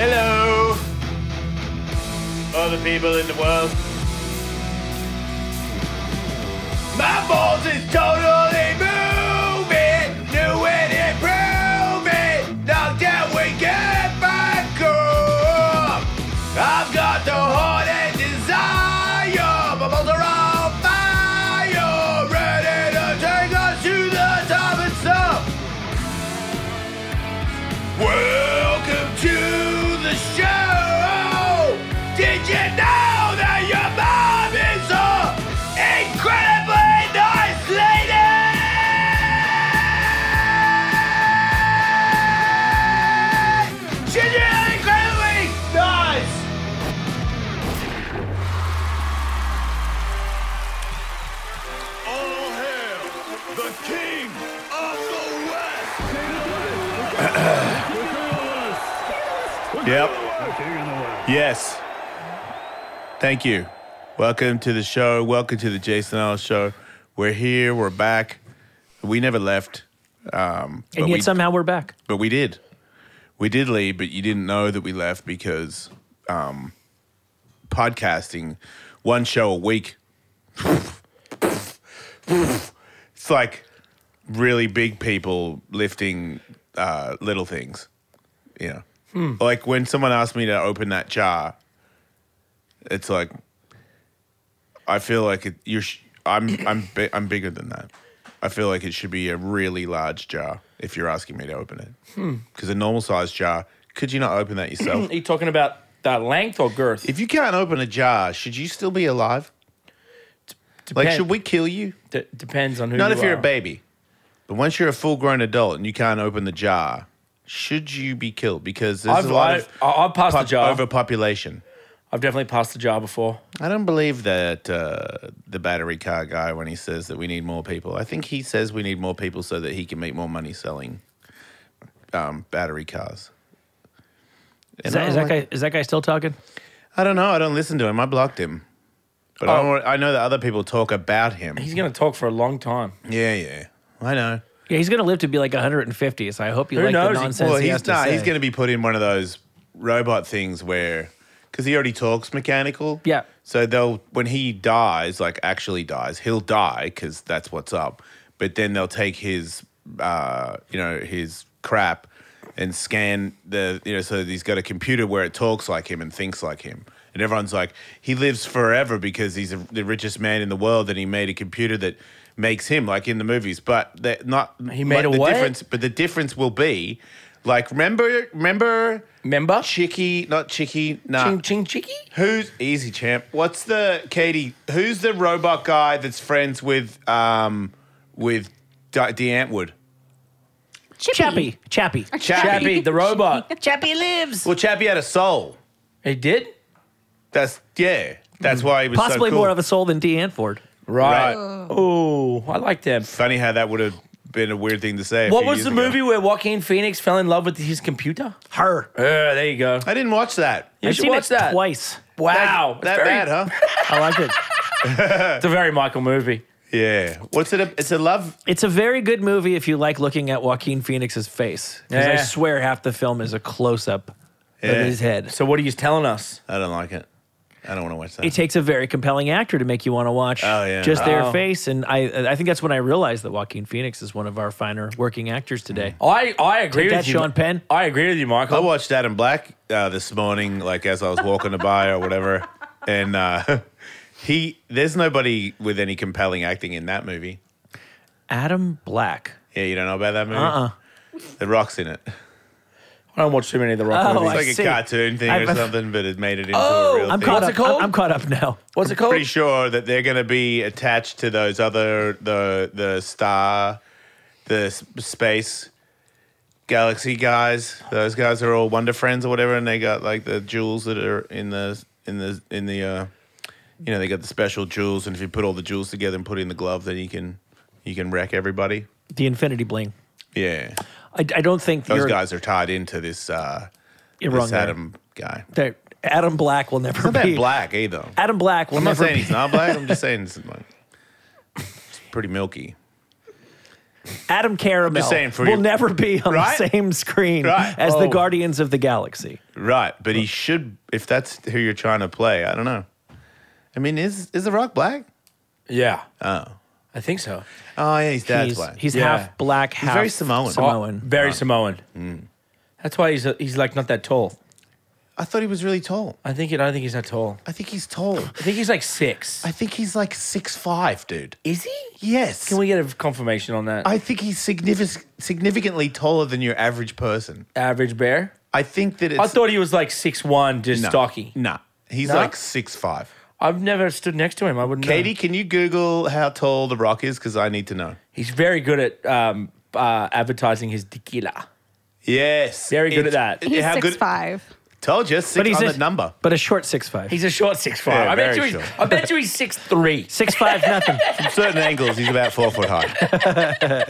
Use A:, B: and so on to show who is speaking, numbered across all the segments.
A: Hello, other people in the world. My balls is totally moving, new and improving. Knocked out, we get back up. I've got the heart and desire. My balls are on fire, ready to take us to the top and stuff. Welcome to the show! Did you know that your mom is a incredibly nice lady? She's really incredibly nice! All hail the king of the west! Yep. Yes. Thank you. Welcome to the show. Welcome to the Jason Ellis show. We're here. We're back. We never left. Um, but,
B: And yet
A: we,
B: somehow we're back.
A: but we did. We did leave, but you didn't know that we left because um, podcasting one show a week. It's like really big people lifting uh, little things. You know, like when someone asked me to open that jar, it's like I feel like it, you're. sh- I'm I'm bi- I'm bigger than that. I feel like it should be a really large jar if you're asking me to open it. Because a normal sized jar, could you not open that yourself?
C: Are you talking about the length or girth?
A: if you can't open a jar, should you still be alive? Like,
C: Depend-
A: should we kill you?
C: D- depends on who.
A: Not
C: you
A: if you're
C: are.
A: a baby. But once you're a full grown adult and you can't open the jar, should you be killed? Because there's
C: I've,
A: a lot
C: I,
A: of
C: I, I've passed
A: pop-
C: the jar.
A: overpopulation.
C: I've definitely passed the jar before.
A: I don't believe that uh, the battery car guy when he says that we need more people. I think he says we need more people so that he can make more money selling um, battery cars.
B: Is
A: And I
B: that,
A: don't
B: is, that
A: like-
B: guy, is that guy still talking?
A: I don't know. I don't listen to him. I blocked him. But I,
C: Oh.
A: don't, want- I know that other people talk about him.
C: He's going to talk for a long time.
A: yeah, yeah. I know.
B: Yeah, he's going to live to be like 150, so I hope you
C: Who
B: like
C: knows?
B: the nonsense
A: well,
B: he
A: he's
B: has to
A: not.
B: say.
A: He's going to be put in one of those robot things where, because he already talks mechanical.
B: Yeah.
A: So they'll when he dies, like actually dies, he'll die because that's what's up. But then they'll take his, uh, you know, his crap and scan the, you know, so he's got a computer where it talks like him and thinks like him. And everyone's like, he lives forever because he's a, the richest man in the world, and he made a computer that makes him like in the movies. But they're not
C: He made
A: but
C: a
A: the
C: what?
A: difference, but the difference will be, like, remember, remember,
C: Member?
A: Chicky, not Chicky, nah.
C: Ching ching chicky?
A: Who's easy champ? What's the Katie? Who's the robot guy that's friends with um with D- Deantwood?
B: Chappy. Chappy.
C: Chappie, the robot.
B: Chappy lives.
A: Well, Chappie had a soul.
C: he did?
A: That's yeah. That's
C: Hmm.
A: why he was
B: Possibly
A: so cool.
B: more of a soul than D. Anford.
C: Right.
A: Right.
C: Oh, I like that.
A: Funny how that would have been a weird thing to say. a
C: What
A: few
C: was
A: years
C: the
A: ago.
C: movie where Joaquin Phoenix fell in love with his computer?
B: Her.
C: Uh, there you go.
A: I didn't watch that.
C: You
B: I've
C: should
B: seen
C: watch
B: it
C: that.
B: twice.
C: Wow.
A: that
C: it's, very,
A: bad, huh?
B: I like it.
C: it's a very Michael movie.
A: yeah. What's it? A, it's a love.
B: It's a very good movie if you like looking at Joaquin Phoenix's face. Because I
C: Yeah.
B: swear half the film is a close up
A: Yeah.
B: of his head.
C: So what are you telling us?
A: I don't like it. I don't want to watch that.
B: It takes a very compelling actor to make you want to watch
A: Oh, yeah.
B: just their
C: Oh.
B: face. And I I think that's when I realized that Joaquin Phoenix is one of our finer working actors today.
C: I, I agree
B: Take
C: with
B: that,
C: you.
B: Sean Penn.
C: I agree with you,
A: I
C: Michael.
A: watched Adam Black uh, this morning, like as I was walking to buy or whatever, and uh, he there's nobody with any compelling acting in that movie.
B: Adam Black.
A: Yeah, you don't know about that movie.
B: Uh-uh.
A: The Rock's in it.
C: I don't watch too many of the rock
B: Oh,
C: movies.
B: I
A: It's like
B: see.
A: a cartoon thing or
B: I've-
A: something, but it made it into
C: Oh,
A: a real
B: I'm
A: thing.
B: caught
C: What's
B: up.
C: it called?
B: I'm, I'm caught up now.
C: What's it called?
A: Pretty sure that they're going to be attached to those other the the star, the s- space. Galaxy guys, those guys are all Wonder Friends or whatever, and they got like the jewels that are in the in the in the uh, you know they got the special jewels, and if you put all the jewels together and put it in the glove, then you can you can wreck everybody.
B: The Infinity Bling.
A: Yeah,
B: I, I don't think
A: those
B: you're,
A: guys are tied into this uh,
B: you're wrong.
A: this
B: there.
A: Adam guy.
B: There. Adam Black will never
A: Not that
B: be
A: black either.
B: Adam Black will
A: I'm not
B: never
A: saying
B: be.
A: he's not black. I'm just saying it's, like, it's pretty milky.
B: Adam Caramel
A: Just saying for
B: will
A: your-
B: never be on
A: Right?
B: the same screen
A: Right.
B: as the
C: Oh.
B: Guardians of the Galaxy.
A: Right, but he should. If that's who you're trying to play, I don't know. I mean, is is the Rock black?
C: Yeah. Oh. I think so.
A: Oh yeah, his dad's
B: he's
A: black.
B: he's
C: Yeah.
B: half black, half
A: very Samoan.
C: Oh,
B: Samoan.
C: very Samoan.
A: Mm.
C: That's why he's he's like not that tall.
A: I thought he was really tall.
C: I think I don't think he's that tall.
A: I think he's tall.
C: I think he's like six.
A: I think he's like six five, dude.
C: Is he?
A: Yes.
C: Can we get a confirmation on that?
A: I think he's signific- significantly taller than your average person.
C: Average bear.
A: I think that it's.
C: I thought he was like six one, just
A: No.
C: stocky.
A: Nah, he's
C: No?
A: like six five.
C: I've never stood next to him. I wouldn't. know.
A: Katie, can you Google how tall The Rock is? Because I need to know.
C: he's very good at um, uh, advertising his tequila.
A: Yes.
C: Very good
A: It's-
C: at that.
D: He's
A: how
D: six
A: good-
D: five.
A: Told you, six on
B: a-
A: the number.
B: But a short six five.
C: He's a short six five.
A: Yeah,
C: I bet
A: very
C: you. He's,
A: short.
C: I bet you he's six three.
B: six five nothing.
A: From certain angles, he's about four foot high.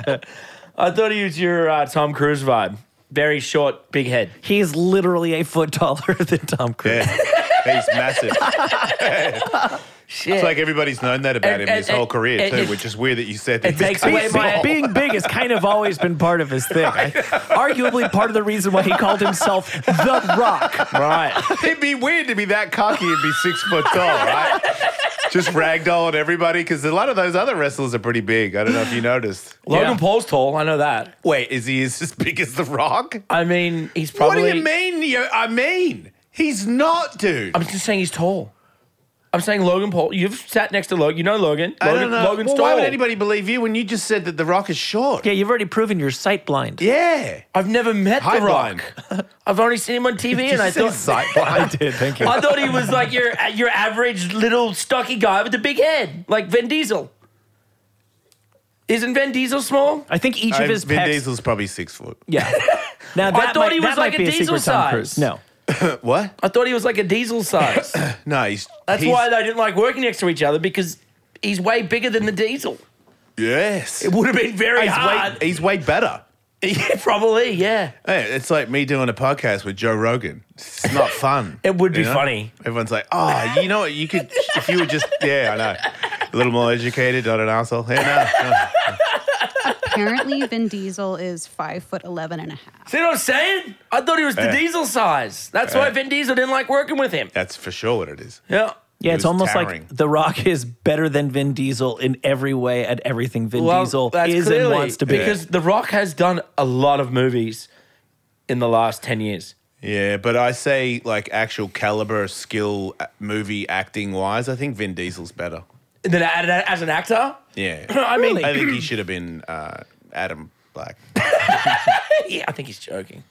C: I thought he was your uh, Tom Cruise vibe. Very short, big head.
B: He's literally a foot taller than Tom Cruise.
A: Yeah. He's massive.
C: Shit.
A: It's like everybody's known that about
C: And-
A: him
C: and-
A: his whole
C: and-
A: career,
C: and-
A: too,
C: and-
A: which is weird that you said that.
C: It takes
A: He's
C: away
B: Be-
C: my-
B: being big has kind of always been part of his thing. I- arguably part of the reason why he called himself The Rock.
C: right.
A: It'd be weird to be that cocky and be six foot tall, right? Just ragdolling everybody because a lot of those other wrestlers are pretty big. I don't know if you noticed.
C: Logan
B: Yeah.
C: Paul's tall. I know that.
A: Wait, is he as big as The Rock?
C: I mean, he's probably.
A: What do you mean? You, I mean, he's not, dude.
C: I'm just saying he's tall. I'm saying Logan Paul. You've sat next to Logan. You know Logan.
A: I
C: Logan
A: don't know.
C: Logan's
A: well,
C: tall.
A: why would anybody believe you when you just said that The Rock is short?
B: Yeah, you've already proven you're sight blind.
A: Yeah.
C: I've never met The
A: Headline.
C: Rock. I've only seen him on TV, and I
A: Did you
C: thought
A: say sightline?
B: did. Thank
C: I thought he was like your your average little stocky guy with a big head, like Vin Diesel. Isn't Vin Diesel small?
B: I think each of
A: I've-
B: his
A: Um, Vin
B: pecs.
A: Diesel's probably six foot.
B: Yeah. Now that
C: I thought
B: might,
C: he was
B: that
C: like
B: might
C: a
B: be
C: diesel
B: secret Tom
C: size.
B: Cruise. No.
A: Uh, What?
C: I thought he was like a Diesel size.
A: No, he's.
C: That's
A: he's-
C: why they didn't like working next to each other because he's way bigger than the Diesel.
A: Yes.
C: It would have been very
A: he's, way,
C: hard.
A: he's way better.
C: yeah, probably. Yeah.
A: Hey, it's like me doing a podcast with Joe Rogan. It's not fun.
C: It would be
A: you know?
C: funny.
A: Everyone's like, oh, you know what? You could, if you were just, yeah, I know. A little more educated, not an asshole. Yeah, no, no.
D: Apparently, Vin Diesel is five foot eleven and a half.
C: See what I'm saying? I thought he was the
A: Yeah.
C: Diesel size. That's why Vin Diesel didn't like working with him.
A: That's for sure what it is.
C: Yeah.
B: Yeah,
A: He
B: it's
A: was
B: almost
A: towering.
B: like The Rock is better than Vin Diesel in every way at everything Vin Diesel is and wants to be.
C: Because The Rock has done a lot of movies in the last 10 years.
A: Yeah, but I say like actual caliber, skill, uh, movie acting wise, I think Vin Diesel's better.
C: And then as an- as an actor,
A: Yeah.
C: I mean,
A: I think he should have been uh, Adam Black.
C: yeah, I think he's joking.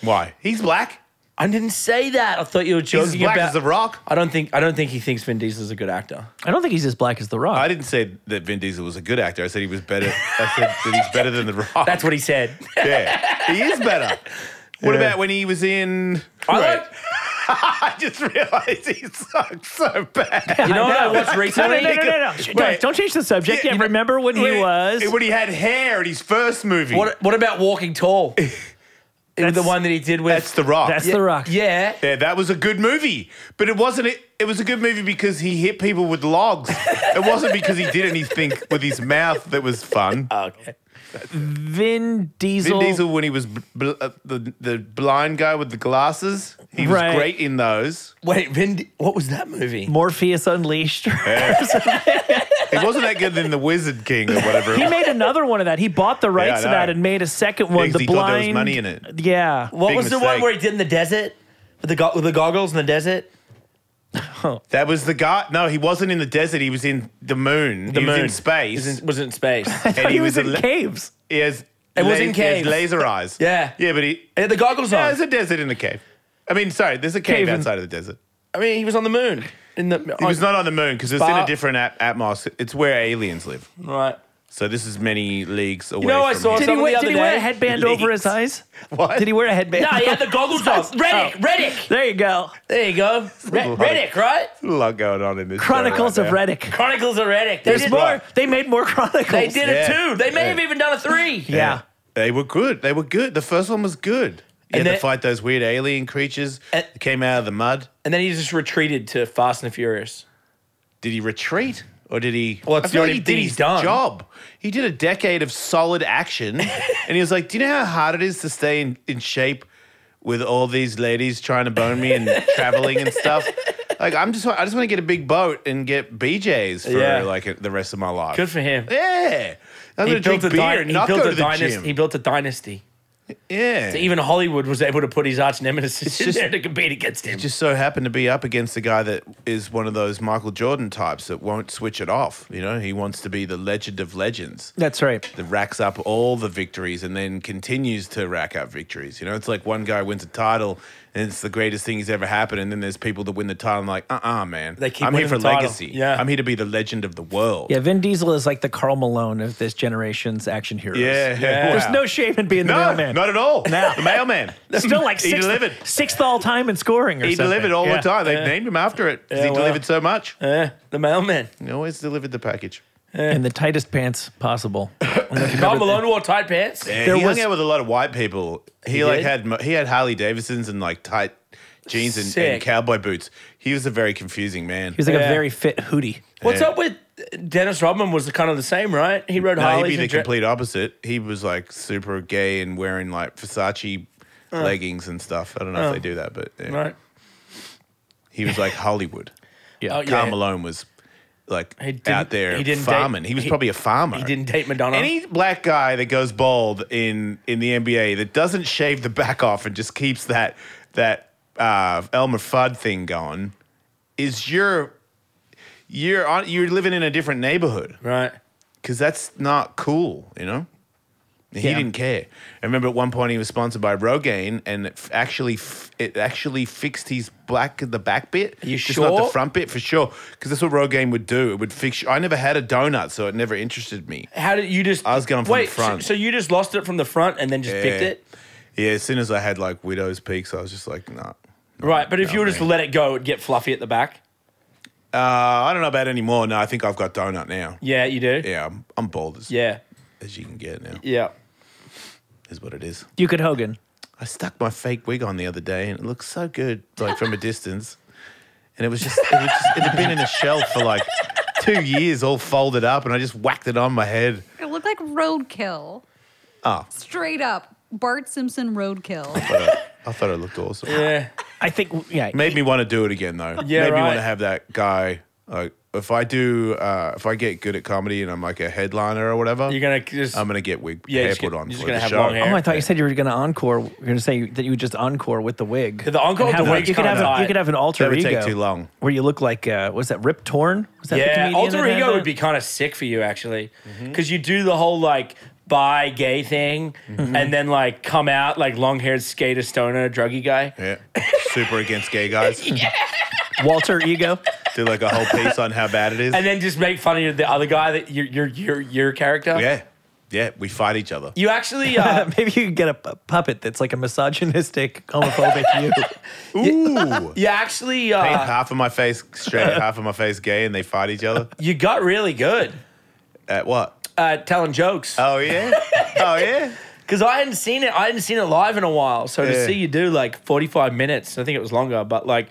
A: Why? He's black.
C: I didn't say that. I thought you were joking
A: He's black
C: about
A: as The Rock.
C: I don't think I don't think he thinks Vin Diesel's a good actor.
B: I don't think he's as black as The Rock.
A: I didn't say that Vin Diesel was a good actor. I said he was better. I said that he's better than The Rock.
C: That's what he said.
A: Yeah, he is better. What
C: Yeah.
A: about when he was in?
C: I
A: Right.
C: like,
A: I just realized he sucked so bad.
C: you know what I watched
B: no, no,
C: recently?
B: no, no, no, no. Don't, don't change the subject. Yeah, remember when he was?
A: when he had hair in his first movie.
C: What what about Walking Tall?
B: That's-
C: the one that he did with
A: That's The Rock.
B: That's
A: yeah.
B: The Rock.
C: Yeah.
A: that was a good movie, but it wasn't. It, it was a good movie because he hit people with logs. it wasn't because he did anything with his mouth that was fun.
C: Okay.
B: Vin Diesel.
A: Vin Diesel, when he was bl- bl- uh, the the blind guy with the glasses, he was
B: Right.
A: great in those.
C: Wait, Vin, Di- what was that movie?
B: Morpheus Unleashed.
A: It wasn't that good in the Wizard King or whatever.
B: he made another one of that. He bought the rights
A: I
B: to
A: know.
B: that and made a second one.
A: Because
B: The
A: he thought
B: blind.
A: there was money in it.
B: Yeah.
C: What
A: Big
C: was the one
A: mistake.
C: where he did in the desert with the go- with the goggles in the desert?
A: That was the guy. No, he wasn't in the desert. He was in the moon. he was in space.
C: It was in space.
A: and
B: he, was, in
A: a la-
B: caves.
A: He has
C: It was in
A: he has
C: caves.
A: laser eyes.
C: Yeah.
A: Yeah, but he.
C: he had the goggles
A: Yeah,
C: on.
A: there's a desert in the cave. I mean, sorry, there's a cave,
B: Cave in-
A: outside of the desert.
C: I mean, he was on the moon. In the
A: He was not on the moon because it's in a
C: But-
A: different at- atmosphere. It's where aliens live.
C: right.
A: So this is many leagues away.
C: know, I
A: from
C: saw
A: here.
B: Did he,
C: Someone
B: wear,
C: the
B: did he
C: other
B: wear a
C: day-
B: headband over his eyes?
A: What?
B: Did he wear a headband?
C: No, he had the goggles on. Reddick,
B: Oh.
C: Reddick.
B: There you go.
C: There you go. Re-
A: Lord.
C: Reddick, right?
A: a lot going on in this. show
B: Chronicles
A: right
B: of
A: now.
B: Reddick.
C: Chronicles of Reddick. They
B: There's
C: did,
B: more. They made more Chronicles.
C: They did a
A: Yeah.
C: two. They may
A: Yeah.
C: have even done a three.
B: Yeah.
A: They were good. They were good. The first one was good. You had
C: And they-
A: to fight those weird alien creatures
C: And-
A: that came out of the mud.
C: And then he just retreated to Fast and Furious.
A: Did he retreat Or did he?
C: Well, it's
A: I feel
C: the
A: like
C: only
A: he
C: thing
A: did
C: he's
A: his
C: done.
A: job. He did a decade of solid action, and he was like, "Do you know how hard it is to stay in, in shape with all these ladies trying to bone me and traveling and stuff? Like, I'm just, I just want to get a big boat and get BJ's for
C: Yeah.
A: like the rest of my life.
C: Good for him.
A: Yeah, I'm
C: He
A: gonna drink
C: built, a
A: beer
C: dy-
A: and
C: he
A: not
C: built
A: go to
C: a
A: the
C: dynasty.
A: gym.
C: He built a dynasty.
A: yeah,
C: Even Hollywood was able to put his arch nemesis in
A: just-
C: there to compete against him.
A: just so happened to be up against the guy that is one of those Michael Jordan types that won't switch it off. You know, he wants to be the legend of legends
B: That's right.
A: that racks up all the victories and then continues to rack up victories. You know, it's like one guy wins a title and it's the greatest thing he's ever happened, and then there's people that win the title and like, uh, uh man,
C: They keep
A: I'm here
C: winning
A: for
C: the title.
A: legacy.
C: Yeah.
A: I'm here to be the legend of the world.
B: Yeah, Vin Diesel is like the Carl Malone of this generation's action heroes.
A: yeah, yeah.
B: There's no shame in being the
A: no,
B: mailman.
A: not at all.
B: No.
A: The mailman.
B: Still like
A: he
B: sixth,
A: delivered.
B: sixth all time in scoring or
A: He
B: something.
A: delivered all
B: Yeah.
A: the time. They named him after it 'cause
C: Yeah,
A: he
C: wow.
A: delivered so much.
C: Yeah, the mailman.
A: He always delivered the package.
B: In the tightest pants possible.
C: Carl Malone wore tight pants.
A: Yeah,
B: There
A: he
B: was-
A: hung out with a lot of white people. He,
C: He
A: like
C: did?
A: had mo- he had Harley Davidsons and like tight jeans and,
C: Sick.
A: and cowboy boots. He was a very confusing man.
B: He was like a
C: Yeah.
B: very fit hootie.
C: What's
A: Yeah.
C: up with Dennis Rodman? Was the kind of the same, right? He rode
A: no, he'd
C: Harley.
A: be the complete opposite. He was like super gay and wearing like Versace leggings and stuff. I don't know
C: Oh.
A: if they do that, but yeah.
C: Uh. right?
A: he was like Hollywood.
B: Yeah.
C: Oh, yeah.
A: Carl Malone was like
C: He didn't-
A: out there
C: he didn't date-
A: farming. he was
C: he-
A: probably a farmer.
C: He didn't date Madonna.
A: Any black guy that goes bald in in the NBA that doesn't shave the back off and just keeps that that uh, Elmer Fudd thing going is you're you're on, you're living in a different neighborhood
C: right?
A: because that's not cool, you know. He
B: Yeah.
A: didn't care. I remember at one point he was sponsored by Rogaine, and it f- actually f- it actually fixed his black the back bit.
C: You
A: just not
C: sure?
A: the front bit for sure, because that's what Rogaine would do. It would fix. I never had a donut, so it never interested me.
C: How did you just?
A: I was going from
C: wait,
A: the front.
C: So, so you just lost it from the front and then just picked
A: Yeah.
C: it,
A: Yeah, as soon as I had like widow's peaks, I was just like, nah.
C: right? But if
A: No,
C: you were just to
A: man.
C: let it go, it'd get fluffy at the back.
A: Uh, I don't know about anymore. No, I think I've got donut now.
C: Yeah, you do.
A: Yeah, I'm, I'm bald as,
C: yeah,
A: as you can get now.
C: yeah.
A: Is what it is.
B: You could Hogan.
A: I stuck my fake wig on the other day, and it looked so good, like from a distance. And it was just, it, was just, it had been in a shelf for like two years, all folded up, and I just whacked it on my head.
D: It looked like roadkill.
A: Oh.
D: Straight up Bart Simpson roadkill.
A: But I, I thought it looked awesome.
C: Yeah.
B: I think, yeah.
A: Made me want to do it again though.
C: Yeah,
A: Made me
C: right.
A: want to have that guy. Like, if I do, uh, if I get good at comedy and I'm like a headliner or whatever,
C: You're gonna just-
A: I'm gonna get wig
C: Yeah,
A: hair
C: just
A: put
C: get-
A: on.
C: you're just
A: for
C: gonna
A: the
C: have
A: show.
C: long hair.
B: Oh, I thought you said you were going to encore. You're going to say that you would just encore with the wig.
C: The encore
B: And
C: with the
B: have-
C: wig's
B: You could
C: kinda
B: have a-
C: tight.
B: you could have an alter
A: That would
B: ego.
A: take too long.
B: Where you look like uh, was that Rip Torn? Was that the
C: Yeah,
B: comedian
C: alter
B: that had
C: ego
B: that?
C: would be kind of sick for you actually,
A: Mm-hmm.
C: because you do the whole like bi gay thing,
A: Mm-hmm.
C: and then like come out like long haired skater stoner druggy guy.
A: Yeah, super against gay guys.
B: Walter Ego.
A: Do like a whole piece on how bad it is.
C: And then just make fun of the other guy that your your your your character.
A: yeah, yeah, we fight each other.
C: You actually uh,
B: Maybe you could get a pu- puppet that's like a misogynistic, homophobic you.
A: Ooh,
C: you actually
A: paint
C: uh,
A: half of my face straight, half of my face gay, and they fight each other.
C: you got really good
A: At what?
C: at telling jokes.
A: Oh yeah, oh yeah.
C: Because I hadn't seen it, I hadn't seen it live in a while. So to
A: Yeah.
C: see you do like forty five minutes, I think it was longer, but like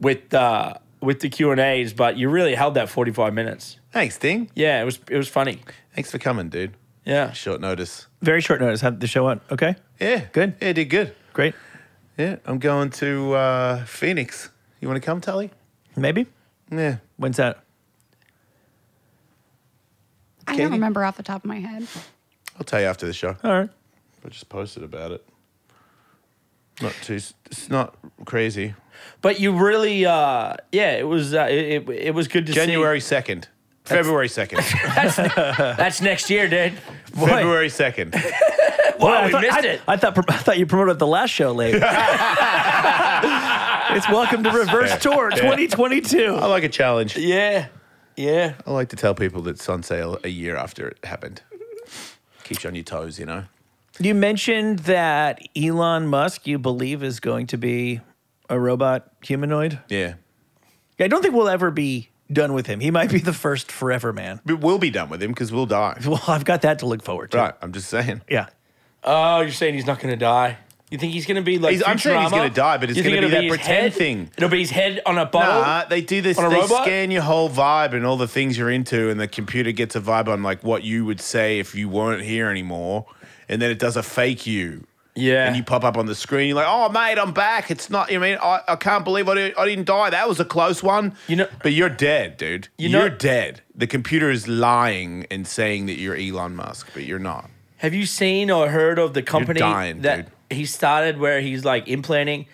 C: with uh, with the Q and A's, but you really held that forty five minutes.
A: Thanks, Ding.
C: Yeah, it was it was funny.
A: Thanks for coming, dude.
C: Yeah,
A: Short notice.
B: Very short notice. Have the show on. Okay,
A: Yeah,
B: Good.
A: Yeah, did good.
B: great.
A: Yeah, I'm going to uh, Phoenix. You want to come, Tully?
B: Maybe.
A: Yeah.
B: When's that?
D: I
A: Katie?
D: don't remember off the top of my head.
A: I'll tell you after the show.
B: All right.
A: I just posted about it. Not too. It's not crazy.
C: but you really, uh, yeah, it was uh, it, it it was good to
A: January second, February second,
C: see. That's next year, dude.
A: February second.
C: Whoa,
B: I
C: we
B: thought,
C: missed
B: I,
C: it.
B: I thought I thought you promoted the last show late. it's welcome to Reverse Tour 2022.
A: I like a challenge.
C: yeah, yeah.
A: I like to tell people that it's on sale a year after it happened. Keeps you on your toes, you know.
B: You mentioned that Elon Musk, you believe, is going to be a robot humanoid.
A: Yeah,
B: I don't think we'll ever be done with him. He might be the first forever man.
A: but we'll be done with him because we'll die.
B: Well, I've got that to look forward to.
A: Right, I'm just saying.
B: Yeah.
C: Oh, you're saying he's not gonna die? You think he's gonna be like?
A: He's- I'm saying he's
C: Futurama?
A: gonna die, but it's
C: You think
A: gonna be
C: it'll
A: that
C: his
A: pretend
C: head?
A: thing.
C: It'll be his head on a bottle.
A: Nah, they do this.
C: On a
A: They
C: robot?
A: scan your whole vibe and all the things you're into, and the computer gets a vibe on like what you would say if you weren't here anymore, and then it does a fake you.
C: Yeah.
A: And you pop up on the screen. You're like, "Oh, mate, I'm back. It's not. You mean I, I can't believe I, did, I didn't die. That was a close one.
C: You know-
A: but you're dead, dude.
C: You
A: You
C: know-
A: are dead. The computer is lying and saying that you're Elon Musk, but you're not.
C: Have you seen or heard of the company
A: dying,
C: that he started where he's like implanting?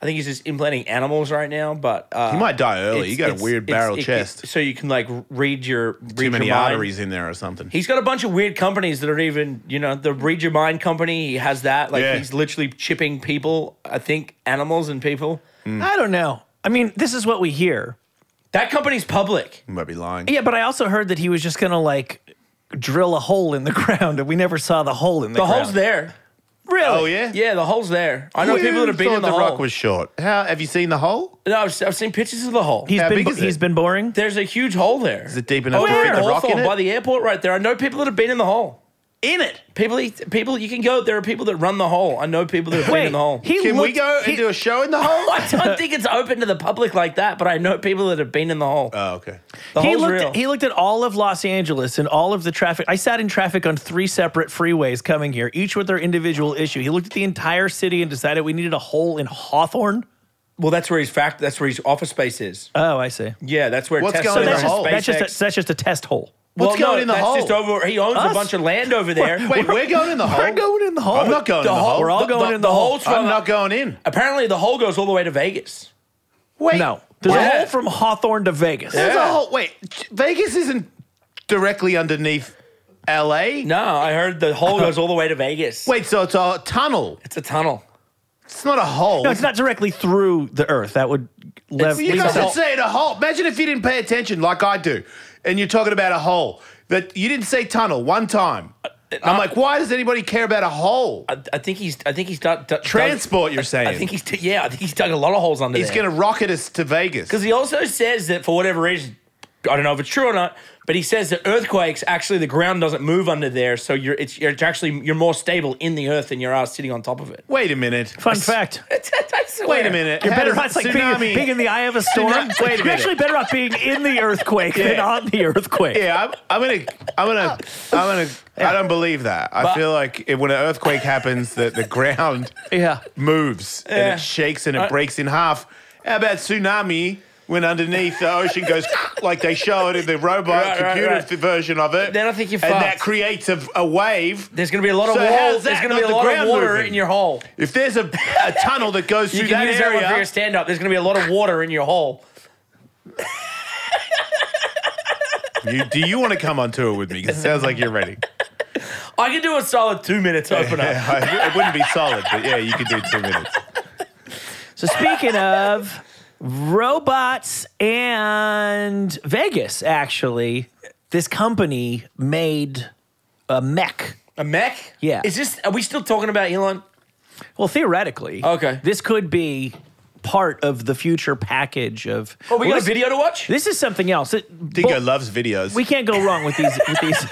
C: I think he's just implanting animals right now, but uh,
A: You might die early.
C: it's-
A: You got a
C: it's-
A: weird
C: it's-
A: barrel
C: it-
A: chest.
C: so you can like read your read
A: Too
C: your
A: many
C: mind.
A: arteries in there or something.
C: He's got a bunch of weird companies that are even, you know, the Read Your Mind company. He has that. Like
A: Yeah.
C: he's literally chipping people. I think animals and people.
A: Mm.
B: I don't know. I mean, this is what we hear.
C: That company's public.
A: you might be lying.
B: Yeah, but I also heard that he was just gonna like drill a hole in the ground, and we never saw the hole in the,
C: The
B: ground.
C: hole's there.
B: Really?
A: Oh yeah.
C: Yeah, the hole's there. I know
A: You
C: people that have been
A: thought
C: in the, hole.
A: rock was short. How have you seen the hole?
C: no, I've, I've seen pictures of the hole.
B: He's
A: How
B: been
A: big
B: bo-
A: is it?
B: he's been boring.
C: There's a huge hole there. Oh, Is
A: it deep enough to fit the rock in it?
C: By the airport right there. I know people that have been in the hole.
A: In it.
C: People, people, you can go. There are people that run the hole. I know people that have been in the hole.
B: he
A: Can we
B: looked-
A: go
B: he-
A: and do a show in the hole?
C: I don't think it's open to the public like that, but I know people that have been in the hole.
A: Oh, okay.
C: The
B: he
C: hole's
B: looked,
C: real.
B: he looked at all of Los Angeles and all of the traffic. I sat in traffic on three separate freeways coming here, each with their individual issue. He looked at the entire city and decided we needed a hole in Hawthorne.
C: well, that's where his fact. That's where his office space is.
B: Oh, I see.
C: Yeah, that's where.
A: What's
C: Tesla
A: going in
B: That's
A: the
C: and
A: hole?
B: just, that's, just
C: SpaceX-
B: a, that's just a test hole.
A: What's
C: Well, no,
A: going in the
C: that's
A: hole?
C: Just over, he owns
B: Us?
C: a bunch of land over there.
A: Wait, we're, going in the hole.
B: We're going in the hole.
A: I'm not going
C: The
A: in the
C: hole-
A: hole.
B: We're all going in the, hole.
C: hole's
A: I'm
C: from-
A: not going in.
C: Apparently, the hole goes all the way to Vegas.
A: Wait.
B: No. There's
C: What?
B: a hole from Hawthorne to Vegas.
A: There's
C: Yeah.
A: a hole. Wait. Vegas isn't directly underneath LA.
C: No, I heard the hole goes all the way to Vegas.
A: Uh-huh. Wait, so it's a tunnel.
C: it's a tunnel.
A: It's not a hole.
B: No, it's not directly through the earth. That would lev-
A: You
C: It's
A: guys
C: a
A: are
C: hole.
A: saying a hole. Imagine if you didn't pay attention like I do, and you're talking about a hole. That you didn't say tunnel one time. I'm like, why does anybody care about a hole?
C: Uh, I, I think he's. I think he's done. done-
A: Transport, you're saying.
C: I think he's. d- Yeah, I think he's dug a lot of holes under
A: He's
C: there.
A: going to rocket us to Vegas.
C: Because he also says that for whatever reason, I don't know if it's true or not, but he says that earthquakes actually the ground doesn't move under there, so you're it's you're it's actually you're more stable in the earth than you are sitting on top of it.
A: Wait a minute.
B: Fun fact.
C: I swear.
A: Wait a minute.
B: You're
A: How
B: better
A: does-
B: off it's like being,
A: tsunami.
B: being in the eye of a storm.
A: Tsunami- wait a
B: You're
A: minute.
B: actually better off being in the earthquake than
A: Yeah.
B: on the earthquake.
A: Yeah, I'm, I'm gonna, I'm gonna, I'm gonna. I don't believe that. I
C: But-
A: feel like it, when an earthquake happens, that the ground
B: Yeah.
A: moves
C: Yeah.
A: and it shakes and it
C: I-
A: breaks in half. How about tsunami? When underneath the ocean goes like they show it in the robot
C: Right, right,
A: computer
C: right.
A: version of it,
C: Then I think you're
A: and that
C: fucked.
A: creates a, a wave.
C: There's gonna be a lot of
A: So
C: walls.
A: how's
C: There's
A: that
C: gonna be a
A: not the
C: lot of
A: ground
C: water
A: moving?
C: in your hole.
A: If there's a, a tunnel that goes
C: You
A: through
C: can
A: that
C: use that one for your
A: area,
C: stand up. There's gonna be a lot of water in your hole.
A: you, do you want to come on tour with me? 'Cause it sounds like you're ready.
C: I can do a solid two minutes opener.
A: Yeah, it wouldn't be solid, but yeah, you could do two minutes.
B: So speaking of robots and Vegas, actually, this company made a mech.
C: A mech?
B: Yeah.
C: Is this? Are we still talking about Elon?
B: Well, theoretically,
C: Okay.
B: this could be part of the future package of.
C: Oh, we got
B: Well,
C: a
B: this,
C: video to watch.
B: This is something else. It-
A: Dingo
B: bo-
A: loves videos.
B: we can't go wrong with these with these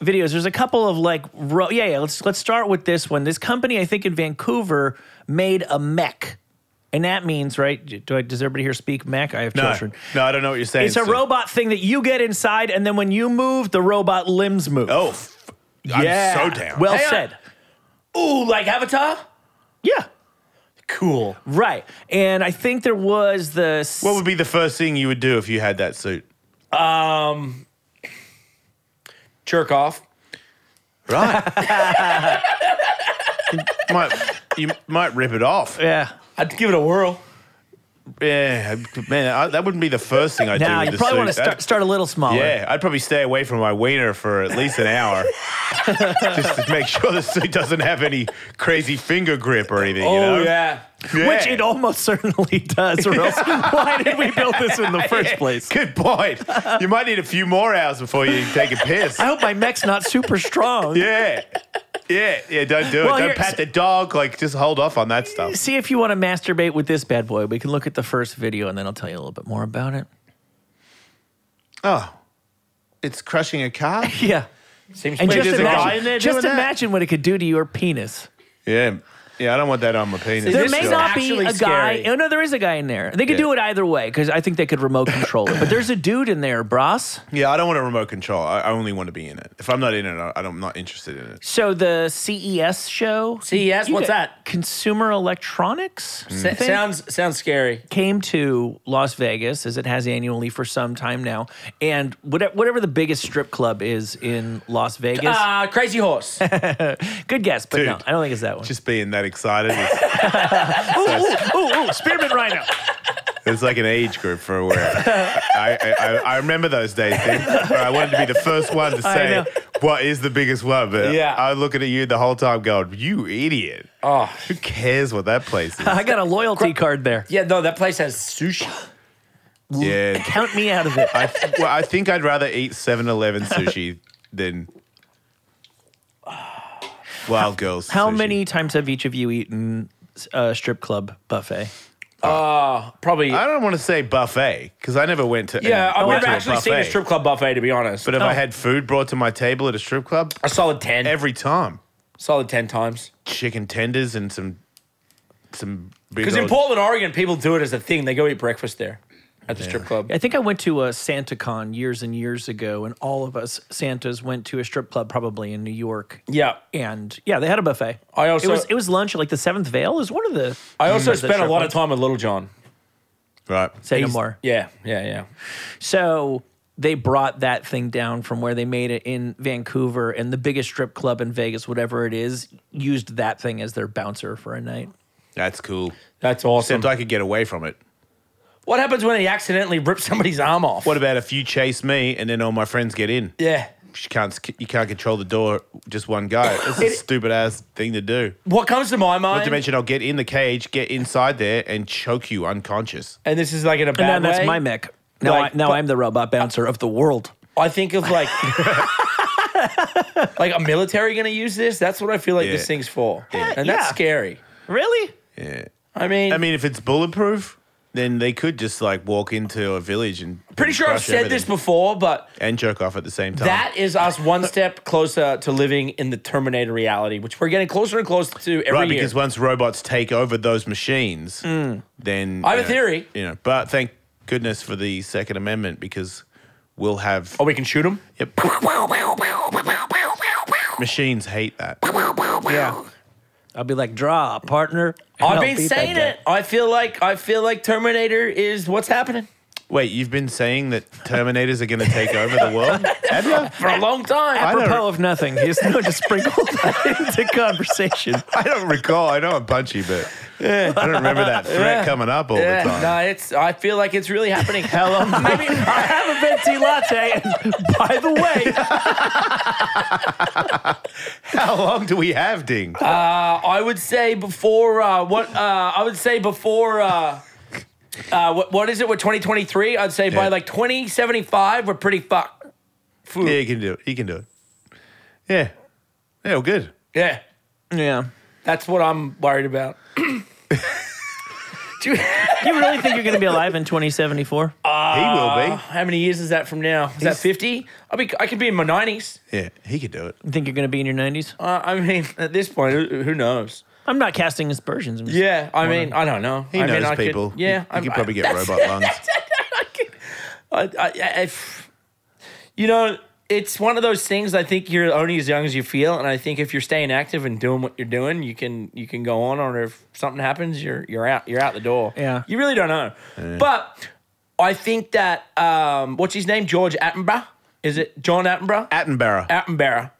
B: videos. There's a couple of like ro- yeah, yeah, let's let's start with this one. This company I think in Vancouver made a mech. And that means, right? Do I does everybody here speak mech? I have
A: no,
B: children.
A: no, I don't know what you're saying.
B: It's a
A: Stu.
B: robot thing that you get inside and then when you move, the robot limbs move.
A: Oh, f- I'm so down. uh,
B: Well
C: Hang on.
B: said.
C: Ooh, like Avatar.
B: Yeah.
C: Cool.
B: Right. And I think there was the s-
A: what would be the first thing you would do if you had that suit?
C: Jerk off.
A: Right. you, might, you might rip it off.
B: yeah.
C: I'd give it a whirl.
A: Yeah, man, I, that wouldn't be the first thing I'd do
B: Now
A: with
B: you
A: the
B: probably
A: suit.
B: want to start,
A: That-
B: start a little smaller.
A: yeah, I'd probably stay away from my wiener for at least an hour just to make sure the suit doesn't have any crazy finger grip or anything. you know?
C: Oh, yeah.
A: Yeah.
B: Oh, Which it almost certainly does, or else why did we build this in the first place?
A: Good point. You might need a few more hours before you take a piss.
B: I hope my mech's not super strong.
A: Yeah. Yeah, yeah, don't do
B: Well,
A: it.
B: you're-
A: Don't pat the dog. Like, just hold off on that stuff.
B: See if you want to masturbate with this bad boy. We can look at the first video and then I'll tell you a little bit more about it.
A: Oh, it's crushing a car?
B: Yeah.
C: Seems
B: And
C: pretty
B: just
A: there's a
C: simple.
A: guy in
B: imagine,
A: there
B: just
A: doing that?
B: imagine what it could do to your penis.
A: Yeah. Yeah, I don't want that on my penis.
B: There
C: This
B: may
C: is
B: not be
C: actually
B: a guy.
C: scary.
B: Oh, no, there is a guy in there. They could
A: Yeah.
B: do it either way because I think they could remote control it. But there's a dude in there, bros.
A: Yeah, I don't want a remote control. I, I only want to be in it. If I'm not in it, I, I'm not interested in it.
B: So the CES show.
A: E
C: CES?
B: You
C: What's
B: got-
C: that?
B: Consumer Electronics I
C: S-
B: think,
C: sounds sounds scary.
B: came to Las Vegas as it has annually for some time now, and whatever, whatever the biggest strip club is in Las Vegas.
C: Uh, crazy horse.
B: good guess, but no,
A: dude.
B: I don't think it's that one.
A: Just being that excited is,
B: ooh, ooh, ooh, ooh, Spearmint Rhino.
A: is like an age group for where I, I, I, I remember those days, dude, where I wanted to be the first one to
B: I
A: say
B: know.
A: what is the biggest one. But
C: Yeah.
A: I was looking at you the whole time going, you idiot.
C: oh,
A: Who cares what that place is?
B: I got a loyalty card there.
C: yeah. No, that place has sushi.
A: yeah.
B: Count me out of it.
A: I, th- well, I think I'd rather eat 7 Eleven sushi than Wild Girls.
B: How
A: sushi.
B: many times have each of you eaten a strip club buffet?
C: Probably.
A: I don't want to say buffet because I never went to.
C: yeah, I've
A: went
C: never
A: to
C: actually seen a
A: buffet.
C: strip club buffet to be honest.
A: But uh,
C: But
A: if I had food brought to my table at a strip club,
C: a solid ten.
A: every time
C: solid ten times.
A: chicken tenders and some some big.
C: Because in
A: old-
C: Portland, Oregon, people do it as a thing. They go eat breakfast there at the strip club.
B: I think I went to a SantaCon years and years ago, and all of us Santas went to a strip club, probably in New York.
C: Yeah.
B: And yeah, they had a buffet.
C: I also-
B: it was it was lunch like the Seventh Veil is one of the. Mm,
C: I also
B: the
C: spent a
B: strip
C: lot of
B: ones.
C: time with Little John.
A: right?
B: Say no more.
C: Yeah, yeah, yeah.
B: So they brought that thing down from where they made it in Vancouver, and the biggest strip club in Vegas, whatever it is, used that thing as their bouncer for a night.
A: That's cool.
C: That's awesome.
A: Except I could get away from it.
C: what happens when he accidentally rips somebody's arm off?
A: What about if you chase me and then all my friends get in?
C: Yeah.
A: You can't sk- you can't control the door. Just one guy. It's a stupid ass thing to do.
C: What comes to my
A: Not to
C: mind?
A: mention, I'll get in the cage, get inside there, and choke you unconscious.
C: and this is like in a
B: And
C: bad
B: then that's
C: way,
B: my mech. Now,
C: Like,
B: I, now
C: but-
B: I'm the robot bouncer of the world.
C: I think of like, like a military going to use this. That's what I feel like
A: Yeah.
C: this thing's for, and
B: Yeah.
C: that's scary.
B: Really?
A: Yeah.
C: I mean,
A: I mean, if it's bulletproof, then they could just like walk into a village and
C: pretty sure I've
A: crush
C: said this
A: everything
C: before, but
A: and jerk off at the same time.
C: that is us one step closer to living in the Terminator reality, which we're getting closer and closer to every
A: Right,
C: year.
A: because once robots take over those machines, then
C: Hmm. I have
A: you
C: a
A: know,
C: theory.
A: You know, but thank goodness for the Second Amendment because we'll have
C: oh, we can shoot them.
A: yep, machines hate that.
C: Yeah.
B: I'll be like, draw, partner. and
C: I've
B: I'll
C: been
B: beat that
C: saying
B: guy.
C: it. I feel like I feel like Terminator is what's happening
A: Wait, you've been saying that Terminators are going to take over the world? Have you?
C: for a long time.
A: I don't-
B: Apropos of nothing, he's no just sprinkle that into conversation.
A: I don't recall. I know I'm punchy, but I don't remember that threat coming up all
C: Yeah,
A: the time.
C: no, it's. I feel like it's really happening. Hello,
B: I have a venti latte, and by the way,
A: How long do we have, Ding?
C: Uh, I would say before uh, what uh, I would say before uh, uh, what, what is it? We're 2023. I'd say by
A: Yeah.
C: like 2075, we're pretty fucked.
A: yeah, you can do it. You can do it. Yeah. Yeah, well, good.
C: Yeah,
B: yeah,
C: that's what I'm worried about. Do you-
B: you really think you're going to be alive in 2074?
A: he will be.
C: How many years is that from now? Is that 50? I be I could be in my 90s.
A: Yeah, he could do it.
B: You think you're going to be in your 90s?
C: Uh, I mean, at this point, who, who knows?
B: I'm not casting aspersions. I'm just-
C: Yeah, I mean, I don't know.
A: He
C: I
A: knows
C: mean, I could-
A: people.
C: yeah,
A: he, he
C: I'm-
A: could probably
C: I-
A: get robot lungs.
C: I could- I- I- I- if- you know, it's one of those things. I think you're only as young as you feel, and I think if you're staying active and doing what you're doing, you can you can go on. Or if something happens, you're you're out you're out the door.
B: Yeah.
C: you really don't know. But I think that um, what's his name, George Attenborough? Is it John Attenborough?
A: Attenborough.
C: Attenborough.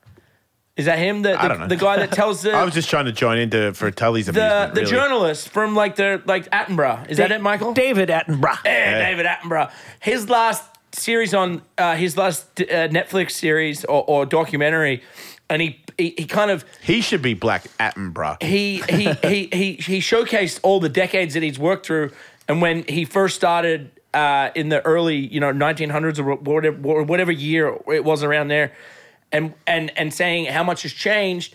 C: Is that him? The, the,
A: I don't know.
C: the guy that tells the
A: I was just trying to join into for Tully's
C: the,
A: amusement.
C: the
A: really.
C: journalist from like the like Attenborough. Is that it, Michael?
B: David Attenborough.
A: Eh,
C: Yeah, David Attenborough. His last series on uh, his last uh, Netflix series or, or documentary, and he, he he kind of
A: He should be Black Attenborough.
C: he he he he he showcased all the decades that he's worked through, and when he first started. Uh, in the early, you know, 1900s or whatever, or whatever year it was around there, and and and saying how much has changed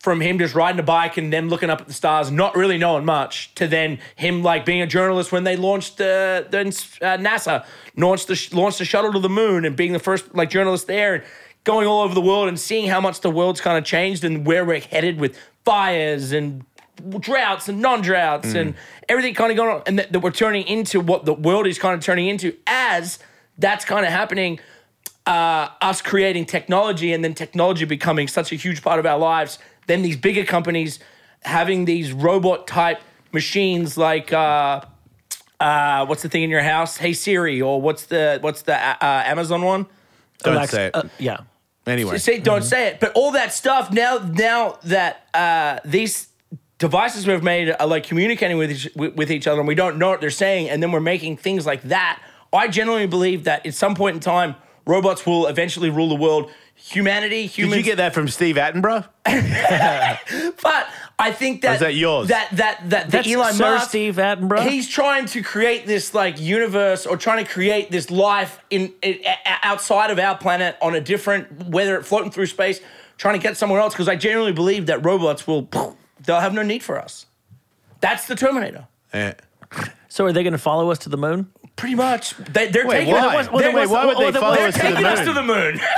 C: from him just riding a bike and them looking up at the stars, not really knowing much, to then him like being a journalist when they launched the then uh, NASA launched the sh- launched the shuttle to the moon and being the first like journalist there and going all over the world and seeing how much the world's kind of changed and where we're headed with fires and droughts and non-droughts and everything kind of going on and that, that we're turning into what the world is kind of turning into as that's kind of happening uh, us creating technology and then technology becoming such a huge part of our lives then these bigger companies having these robot type machines like uh, uh, what's the thing in your house hey siri or what's the what's the uh, amazon one
A: Don't
B: Alexa-
A: say it.
B: uh, yeah.
A: anyway, Mm-hmm.
C: say don't say it. But all that stuff now now that uh, these devices we've made are like communicating with each, with with each other, and we don't know what they're saying, and then we're making things like that. I generally believe that at some point in time, robots will eventually rule the world. Humanity,
A: did
C: humans.
A: you get that from Steve Attenborough?
C: but I think that
A: Is that yours?
C: That that that the
B: That's
C: Elon
B: Sir
C: Musk.
B: Steve Attenborough.
C: He's trying to create this like universe or trying to create this life in, in o- outside of our planet on a different, whether it floating through space, trying to get somewhere else. Because I genuinely believe that robots will, they'll have no need for us. That's the Terminator.
A: Eh.
B: so are they going to follow us to the moon?
C: Pretty much, they, they're
A: Wait,
C: taking.
A: why?
C: They're-
A: Well, then wait, why would
B: well,
A: they
B: then
A: follow
B: what's-
C: They're
A: us to the
C: taking us
A: moon?
C: to the moon.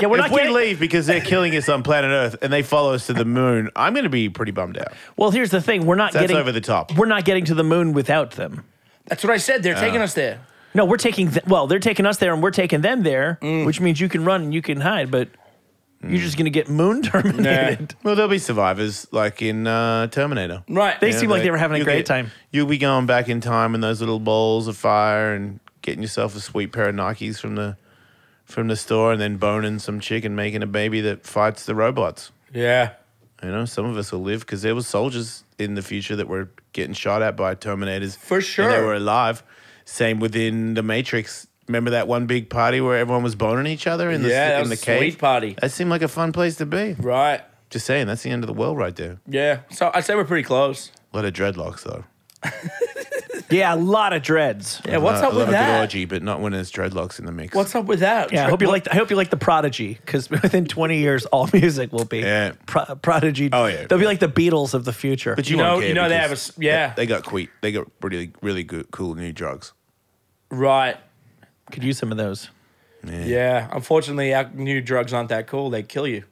B: Yeah, we're
A: If
B: not
A: we
B: getting,
A: leave because they're killing us on planet Earth and they follow us to the moon, I'm going to be pretty bummed out.
B: Well, here's the thing: we're not
A: That's
B: getting
A: over the top.
B: We're not getting to the moon without them.
C: That's what I said. They're taking us there.
B: No, we're taking. Th- well, they're taking us there, and we're taking them there,
A: Mm.
B: which means you can run and you can hide, but you're just going to get moon terminated.
A: Well, there'll be survivors like in uh, Terminator.
C: Right.
B: They
A: You know,
B: seem like they were having a
A: you'll
B: great
A: get-
B: time.
A: You'll be going back in time in those little bowls of fire and getting yourself a sweet pair of Nikes from the from the store, and then boning some chick and making a baby that fights the robots.
C: yeah.
A: You know, some of us will live because there was soldiers in the future that were getting shot at by Terminators.
C: For
A: And they
C: sure.
A: were alive. Same within the Matrix. Remember that one big party where everyone was boning each other in the
C: Yeah, that
A: in the
C: was a
A: cave?
C: sweet party.
A: That seemed like a fun place to be.
C: Right.
A: Just saying, that's the end of the world right there.
C: Yeah. So I'd say we're pretty close.
A: A lot of dreadlocks though.
B: yeah, a lot of dreads.
C: Yeah. What's
A: Uh,
C: up
A: a lot
C: with
A: of good
C: that?
A: orgy, but not when there's dreadlocks in the mix.
C: What's up with that?
B: Yeah, I hope you like. I hope you like the Prodigy because within 20 years, all music will be
A: Yeah.
B: Pro- Prodigy.
A: Oh, yeah.
B: they'll be like the Beatles of the future.
A: But you,
C: You
A: won't
C: know-
A: care
C: you know they
A: because
C: have a s- yeah.
A: They, they got quite. They got really really good cool new drugs.
C: Right.
B: could use some of those.
C: Yeah. Unfortunately, our new drugs aren't that cool. They kill you.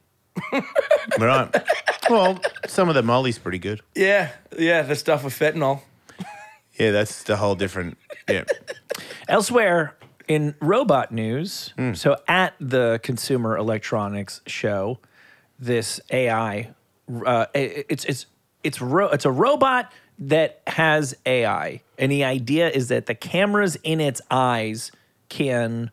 A: Right. well, some of the Molly's pretty good.
C: Yeah. Yeah. The stuff with fentanyl.
A: Yeah, that's the whole different. Yeah.
B: Elsewhere in robot news, so at the Consumer Electronics Show, this AI, uh, it- it's it's it's ro- it's a robot that has AI, and the idea is that the cameras in its eyes can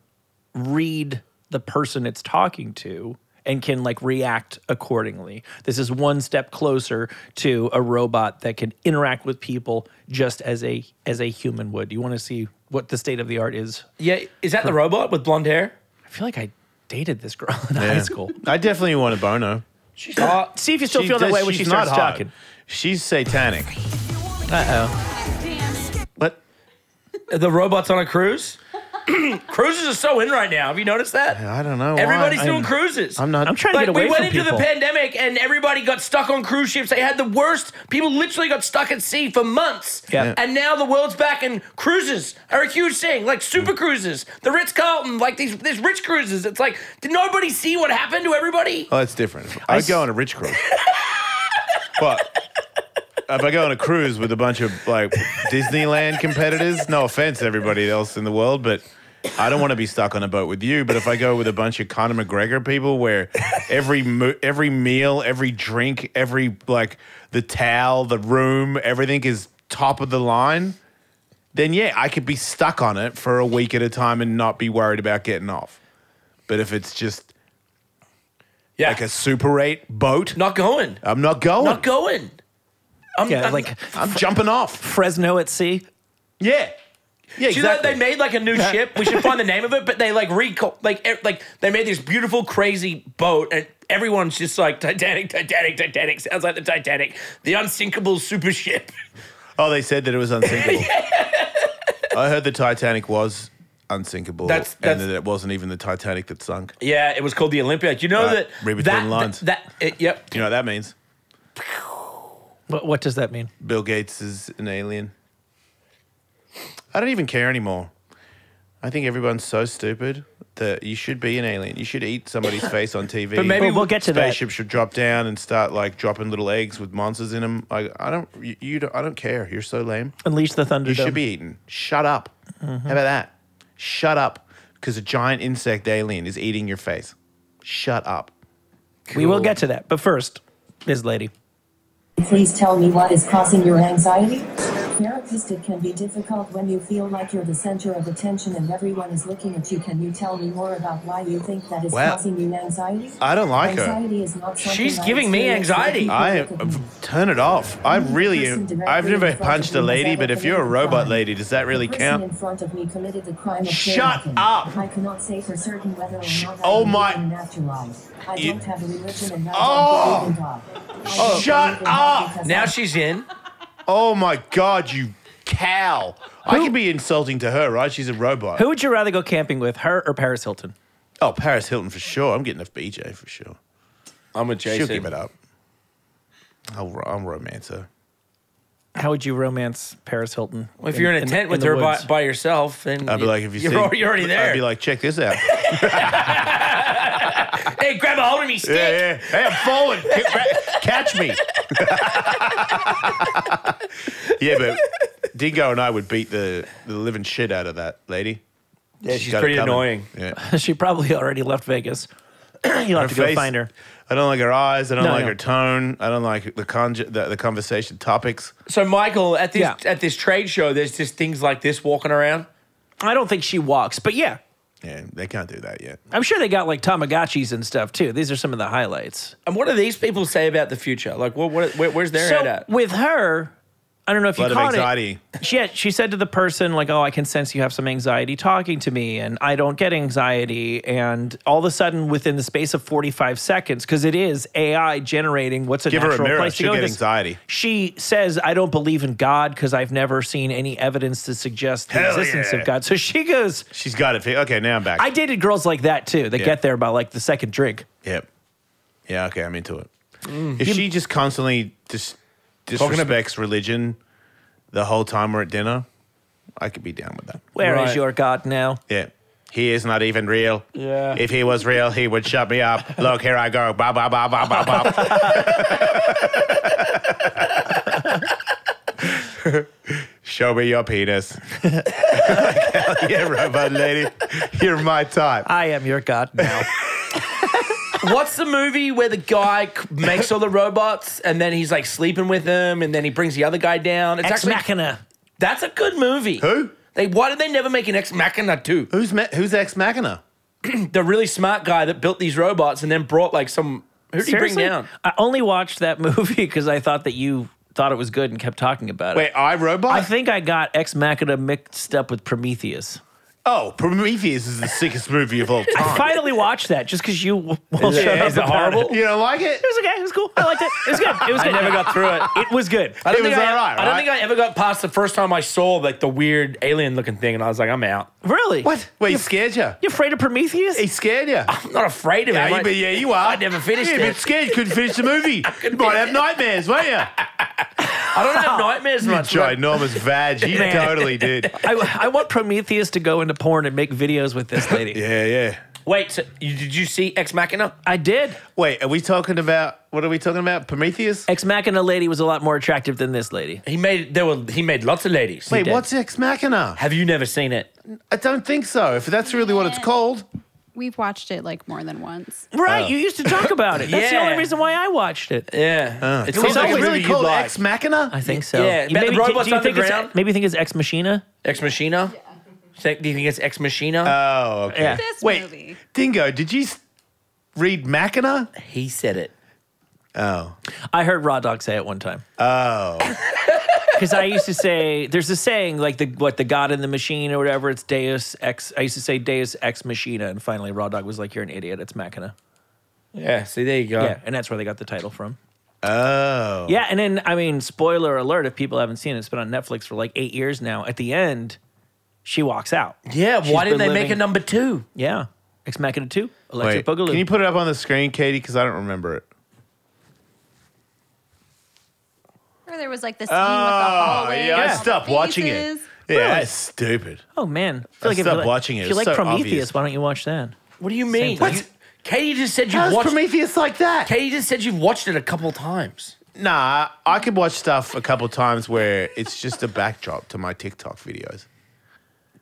B: read the person it's talking to and can like react accordingly. This is one step closer to a robot that can interact with people just as a as a human would. You want to see what the state of the art is?
C: Yeah. Is that the robot with blonde hair?
B: I feel like I dated this girl in
A: Yeah.
B: high school.
A: I definitely want a bono.
C: She's hot.
B: See if you still
A: She
B: feel that
A: does-
B: way when she
A: she's
B: starts
A: not hot.
B: talking.
A: She's satanic.
B: Uh oh.
A: What?
C: Oh, the robot's on a cruise. Cruises are so in right now. Have you noticed that?
A: I don't know. why.
C: Everybody's doing
A: I'm-
C: cruises.
A: I'm not.
B: I'm trying to
C: Like
B: get away
C: we went
B: from
C: into
B: people.
C: the pandemic and everybody got stuck on cruise ships. They had the worst. People literally got stuck at sea for months.
B: Yeah.
C: And now the world's back and cruises are a huge thing. Like super cruises, the Ritz Carlton, like these these rich cruises. It's like did nobody see what happened to everybody?
A: Oh, that's different. I,
B: s-
A: go on a rich cruise. but if I go on a cruise with a bunch of like Disneyland competitors, no offense, to everybody else in the world, but I don't want to be stuck on a boat with you. But if I go with a bunch of Conor McGregor people, where every mo- every meal, every drink, every like the towel, the room, everything is top of the line. Then yeah, I could be stuck on it for a week at a time and not be worried about getting off. But if it's just
C: Yeah.
A: like a super eight boat.
C: not going.
A: I'm not going.
C: Not going. I'm,
B: Yeah,
C: I'm-
B: like
A: I'm jumping off.
B: Fresno at sea.
A: Yeah. Yeah,
C: Do you know that
A: exactly.
C: they made like a new ship? We should find the name of it, but they like recall like e- like they made this beautiful crazy boat and everyone's just like Titanic, Titanic, Titanic. Sounds like the Titanic, the unsinkable super ship.
A: oh, they said that it was unsinkable. I heard the Titanic was unsinkable
C: That's-
A: and
C: that's-
A: that it wasn't even the Titanic that sunk.
C: Yeah, it was called the Olympia. Do you know
A: Right.
C: that
A: Read between
C: that,
A: the lines.
C: that, that- it- yep.
A: You know what that means?
B: What, what does that mean?
A: Bill Gates is an alien. I don't even care anymore. I I think everyone's so stupid that you should be an alien. You should eat somebody's face on TV.
C: But maybe
B: Well, we'll get to that.
A: spaceship should drop down and start like dropping little eggs with monsters in them. I, I don't, you, you don't, I don't care. You're so lame.
B: Unleash the Thunderdome.
A: You should be eaten. Shut up. How about that? Shut up, because a giant insect alien is eating your face. Shut up.
B: We will get to that. But first, Ms. Lady.
E: Please tell me what is causing your anxiety? Therapist, it can be difficult when you feel like you're the center of attention and everyone is looking at you. Can you tell me more about why you think that is
A: Well,
E: causing you anxiety?
A: I don't like her.
E: anxiety Is not something
C: She's
E: I
C: giving me
E: experience
C: anxiety.
E: when people
A: I
E: look at me.
A: turn it off. I really, I've never punched a lady, but if you're a robot lady, does that really
E: The person
A: count?
E: in front of me committed the crime of
A: Shut
E: kidnapping.
A: up.
E: I cannot say for certain whether or
A: Sh-
E: not I
A: oh
E: believe
A: my-
E: in an afterlife. I
A: You-
E: don't have a religion and I
A: Oh.
E: don't believe in God. I don't
A: Shut
E: believe in God
A: up.
C: Ah!
E: because
C: Now
E: I-
C: she's in.
A: Oh my god, you cow! I could be insulting to her, right? She's a robot.
B: Who would you rather go camping with, her or Paris Hilton?
A: Oh, Paris Hilton for sure. I'm getting a BJ for sure.
C: I'm with
A: She'll give it up. I'll, ro- I'm romance her.
B: How would you romance Paris Hilton?
C: Well, if you're in a tent with her
B: the
C: by,
B: woods?
C: by yourself, then
A: I'd be like, if you
C: you're,
A: see,
C: al- you're already there.
A: I'd be like, check this out.
C: hey, grab a hold of me, stick.
A: yeah, yeah. Hey, I'm falling. Get back- Catch me. yeah, but Dingo and I would beat the, the living shit out of that lady.
C: Yeah, she's
A: got it
C: pretty
A: coming.
C: annoying.
A: Yeah.
B: she probably already left Vegas. You'll have to go
A: face.
B: find her.
A: I don't like her eyes. I don't
B: No,
A: like
B: no.
A: her tone. I don't like the, conj- the the conversation topics.
C: So, Michael, at this
B: Yeah.
C: at this trade show, there's just things like this walking around.
B: I don't think she walks, but yeah,
A: Yeah, they can't do that yet.
B: I'm sure they got like Tamagotchis and stuff too. These are some of the highlights.
C: And what do these people say about the future? Like, what, what where, where's their head
B: so
C: at?
B: with her, I don't know if
A: A lot
B: you
A: of
B: caught
A: anxiety.
B: it. She had, she said to the person like, "Oh, I can sense you have some anxiety talking to me, and I don't get anxiety." And all of a sudden, within the space of 45 seconds, because it is AI generating what's a
A: Give her a
B: natural
A: mirror,
B: place to
A: she'll
B: go. with
A: get
B: this,
A: anxiety.
B: She says, "I don't believe in God because I've never seen any evidence to suggest the
A: Hell
B: existence
A: yeah.
B: of God." So she goes.
A: She's got it. fi- Okay, now I'm back.
B: I dated girls like that too. They
A: Yeah.
B: get there by like the second drink.
A: Yep. Yeah. Okay, I'm into it. If she just constantly dis-
C: Talking about-
A: disrespects religion the whole time we're at dinner, I could be down with that.
B: Where is
C: Right.
B: your God now?
A: Yeah. He is not even real.
C: Yeah.
A: If he was real, he would shut me up. Look, here I go. Ba ba ba ba ba ba. Show me your penis. Like, hell yeah, robot lady. You're my type.
B: I am your God now.
C: What's the movie where the guy c- makes all the robots and then he's like sleeping with them and then he brings the other guy down? It's
B: Ex Machina.
C: that's a good movie.
A: Who?
C: They why did they never make an Ex Machina too?
A: Who's ma- who's ex machina?
C: The really smart guy that built these robots and then brought like some who did he bring
B: Seriously?
C: down?
B: I only watched that movie because I thought that you thought it was good and kept talking about
A: Wait,
B: it.
A: I robot?
B: I think I got Ex Machina mixed up with Prometheus.
A: oh, Prometheus is the sickest movie of all time.
B: I finally watched that just because you w- well,
C: Is it-
B: shut up
C: is it
B: about
C: horrible?
A: you don't like it?
B: It was okay. It was cool. I liked it. It was good. It was good.
C: Never got through it.
B: It was good.
C: I don't
A: It
C: think
A: was
C: I,
A: alright,
C: I don't
A: right?
C: think I ever got past the first time I saw like the weird alien looking thing and I was like, I'm out.
B: Really?
A: What? Wait, he scared you?
B: You afraid of Prometheus?
A: He scared you?
C: I'm not afraid of it.
A: Yeah,
C: I'm
A: you,
C: like-
A: but yeah, you are.
C: Oh, I never finished
A: yeah,
C: it.
A: But scared, couldn't finish the movie. you might have nightmares, won't you?
C: I don't have nightmares much. but-
A: Ginormous vag. You
B: Man.
A: totally did.
B: I, I want Prometheus to go into porn and make videos with this lady.
A: Yeah, yeah.
C: Wait, so you, did you see Ex Machina?
B: I did.
A: Wait, are we talking about what are we talking about? Prometheus?
B: Ex Machina lady was a lot more attractive than this lady.
C: He made there were he made lots of ladies.
A: Wait,
B: did.
A: what's Ex Machina?
C: Have you never seen it?
A: I don't think so. If that's really what it's called.
D: We've watched it like more than once.
B: Right, you used to talk about it. That's the
C: Yeah.
B: only reason why I watched it.
C: Yeah, it seems
A: Is that
C: like a
A: really
C: movie
A: called
C: you'd like.
A: Ex Machina?
B: I think so.
C: Yeah,
B: You
C: about the
B: do-
C: robots
B: do you think it's-
C: underground?
B: maybe you think it's Ex Machina.
C: Ex Machina. Think- Do you think it's Ex Machina?
A: oh, okay.
B: Yeah.
D: This
A: Wait,
D: movie.
A: Dingo, did you s- read Machina?
C: he said it.
A: Oh.
B: I heard Raw Dog say it one time. Oh. Because I used to say, there's a saying like the what the God in the machine or whatever. It's Deus ex. I used to say Deus ex machina, and finally Raw Dog was like, "You're an idiot. It's Machina."
C: Yeah. See, there you go.
B: Yeah, and that's where they got the title from.
A: Oh.
B: Yeah, and then I mean, spoiler alert if people haven't seen it, it's been on Netflix for like eight years now. At the end, she walks out.
C: Yeah,
B: She's
C: why didn't they
B: been
C: make a
B: living-
C: number two?
B: Yeah, Ex Machina Two,
A: Wait,
B: Electric Boogaloo.
A: can you put it up on the screen, Katie? Because I don't remember it.
D: Where there was like the scene with the hallway.
A: Ah, yeah, I
D: and all the
A: stopped watching it.
D: faces.
A: Yeah, that's stupid.
B: Oh man, I
A: I
B: if you
A: stopped watching it.
B: If
A: It
B: you
A: was so
B: like Prometheus,
A: obvious.
B: why don't you watch that?
C: What do you mean?
B: thing.
C: You- Katie just said you
A: How's
C: watched.
A: Prometheus like that?
C: Katie just said you've watched it a couple times.
A: Nah, I could watch stuff a couple times where it's just a backdrop to my TikTok videos.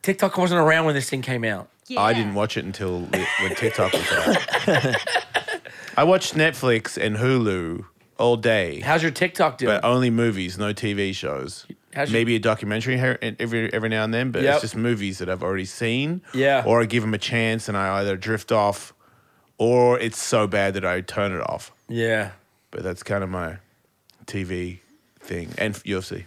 C: TikTok wasn't around when this thing came out.
A: I didn't watch it until it- when TikTok was out. I watched Netflix and Hulu all day,
C: How's your TikTok doing?
A: but uh, only movies, no TV shows.
C: How's your-
A: Maybe a documentary her- every every now and then, but
C: Yep.
A: it's just movies that I've already seen.
C: Yeah.
A: Or I give them a chance and I either drift off, or it's so bad that I turn it off.
C: yeah.
A: But that's kind of my TV thing and UFC.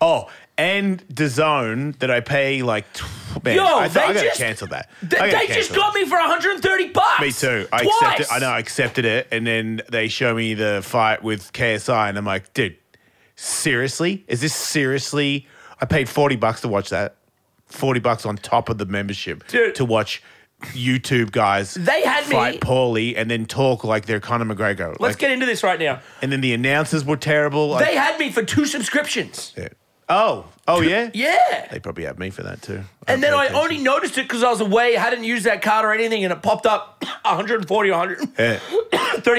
A: Oh, and the zone that I pay like. Tw- man,
C: Yo,
A: I,
C: they
A: thought I gotta
C: just-
A: cancel that.
C: They,
A: I gotta
C: they just
A: cancel
C: got
A: that.
C: me for 130 bucks.
A: Me too. I
C: Twice.
A: accepted. I know. I accepted it, and then they show me the fight with KSI, and I'm like, dude, seriously? Is this seriously? I paid forty bucks to watch that. Forty bucks on top of the membership
C: Dude.
A: to watch YouTube guys.
C: They had me-
A: fight poorly and then talk like they're Conor McGregor.
C: Let's
A: Like,
C: get into this right now.
A: and then the announcers were terrible.
C: They had me for two subscriptions.
A: I, oh, oh yeah,
C: Yeah.
A: They probably had me for that too.
C: And then
A: paid
C: I
A: attention.
C: only noticed it because I was away, hadn't used that card or anything, and it popped up 140 or 130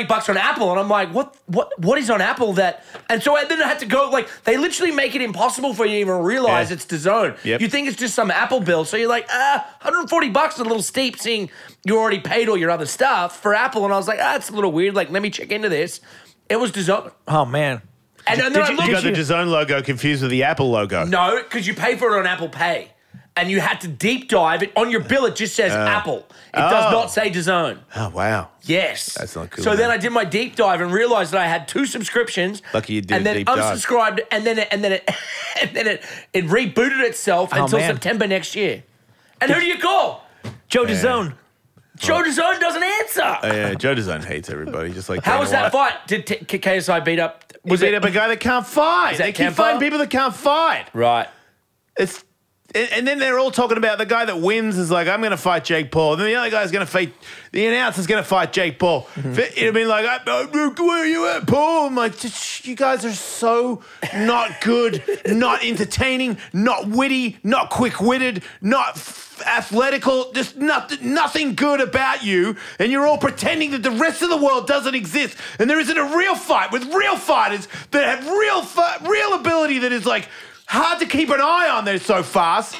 A: Yeah.
C: bucks on Apple, and I'm like, what, what, what is on Apple that? And so I, then I had to go like they literally make it impossible for you to even realize
A: Yeah.
C: it's the zone.
A: Yep.
C: You think it's just some Apple bill, so you're like, ah, 140 bucks is a little steep, seeing you already paid all your other stuff for Apple, and I was like, ah, it's a little weird. Like, let me check into this. It was the zone,
B: Oh man,
C: and, and
A: Did
C: then I
A: you,
C: looked.
A: you got the DAZN logo confused with the Apple logo?
C: No, because you pay for it on Apple Pay, and you had to deep dive it on your bill. It just says Apple. It does
A: Uh, Oh.
C: not say DAZN.
A: Oh wow.
C: Yes,
A: That's not cool,
C: So then
A: man.
C: I did my deep dive and realized that I had two subscriptions.
A: Lucky you did
C: And
A: a
C: then
A: deep dive.
C: unsubscribed, and then it, and then it, and then it, it rebooted itself
B: Oh,
C: until
B: man.
C: September next year. And who do you call?
A: Oh.
B: Joe DeZone.
C: Joe DAZN doesn't answer.
A: Yeah, Joe Design hates everybody. Just like
C: How was
A: Dana
C: that
A: White.
C: fight? Did t- K- KSI beat up?
A: Was it up a guy that can't fight?
C: that
A: They keep
C: Camphor?
A: finding people that can't fight.
C: Right.
A: It's and, and then they're all talking about the guy that wins is like, I'm going to fight Jake Paul. And then the other guy's going to fight, the announcer's going to fight Jake Paul. It'll be like, I, I, where are you at, Paul? I'm like, just, sh- you guys are so not good, not entertaining, not witty, not quick witted, not f- athletical, just nothing, nothing good about you. And you're all pretending that the rest of the world doesn't exist. And there isn't a real fight with real fighters that have real, fi- real ability that is like, Hard to keep an eye on there so fast.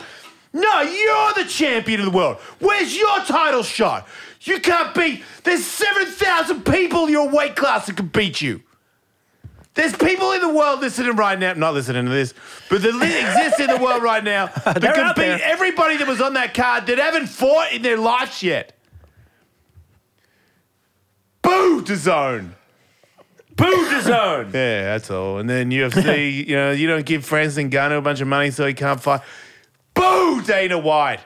A: No, you're the champion of the world. Where's your title shot? You can't beat. There's 7,000 people in your weight class that can beat you. There's people in the world listening right now, not listening to this, but that li- exist in the world right now that
B: They're
A: can
B: out
A: beat
B: there.
A: everybody that was on that card that haven't fought in their lives yet. Boo to zone.
C: Boo DAZN.
A: Yeah, that's all. And then UFC, you know, you don't give Francis Ngannou a bunch of money so he can't fight. Boo, Dana White.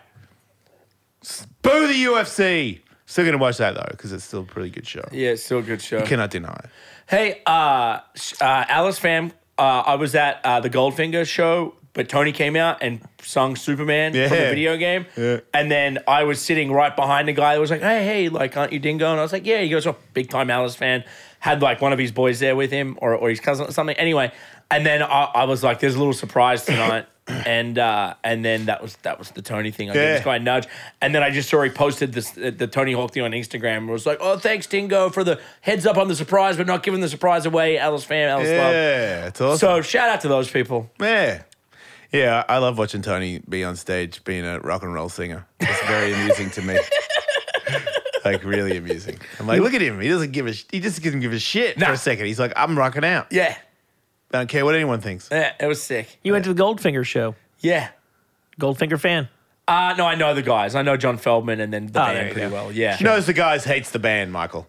A: S- Boo the UFC. Still going to watch that though because it's still a pretty good show.
C: yeah, it's still a good show.
A: Cannot deny. it.
C: Hey, uh, s- uh, Alice fam, uh, I was at uh, the Goldfinger show, but Tony came out and sung Superman from the
A: Yeah.
C: video game.
A: Yeah.
C: And then I was sitting right behind the guy that was like, hey, hey, like, aren't you Dingo? And I was like, yeah. He goes, oh, big time Alice fan. Had like one of his boys there with him or, or his cousin or something. Anyway, and then I, I was like, there's a little surprise tonight. And uh, and then that was that was the Tony thing. I gave this
A: Yeah.
C: guy a nudge, and then I just saw he posted this uh, the Tony Hawk thing on Instagram. and was like, "Oh, thanks Dingo for the heads up on the surprise, but not giving the surprise away." Alice fam, Alice
A: Yeah, it's
C: love.
A: awesome.
C: So shout out to those people.
A: yeah, yeah. I love watching Tony be on stage being a rock and roll singer. It's very amusing to me. Like really amusing. I'm like, look at him. He doesn't give a. Sh- he just doesn't give a shit for
C: Nah.
A: a second. He's like, I'm rocking out.
C: Yeah,
A: I don't care what anyone thinks.
C: yeah, it was sick.
B: You went to the Goldfinger show.
C: Yeah.
B: Goldfinger fan.
C: Uh, no, I know the guys. I know John Feldman and then the
B: Oh, there
C: band
B: you
C: pretty
B: go.
C: well. Yeah.
A: She knows the guys hates the band, Michael.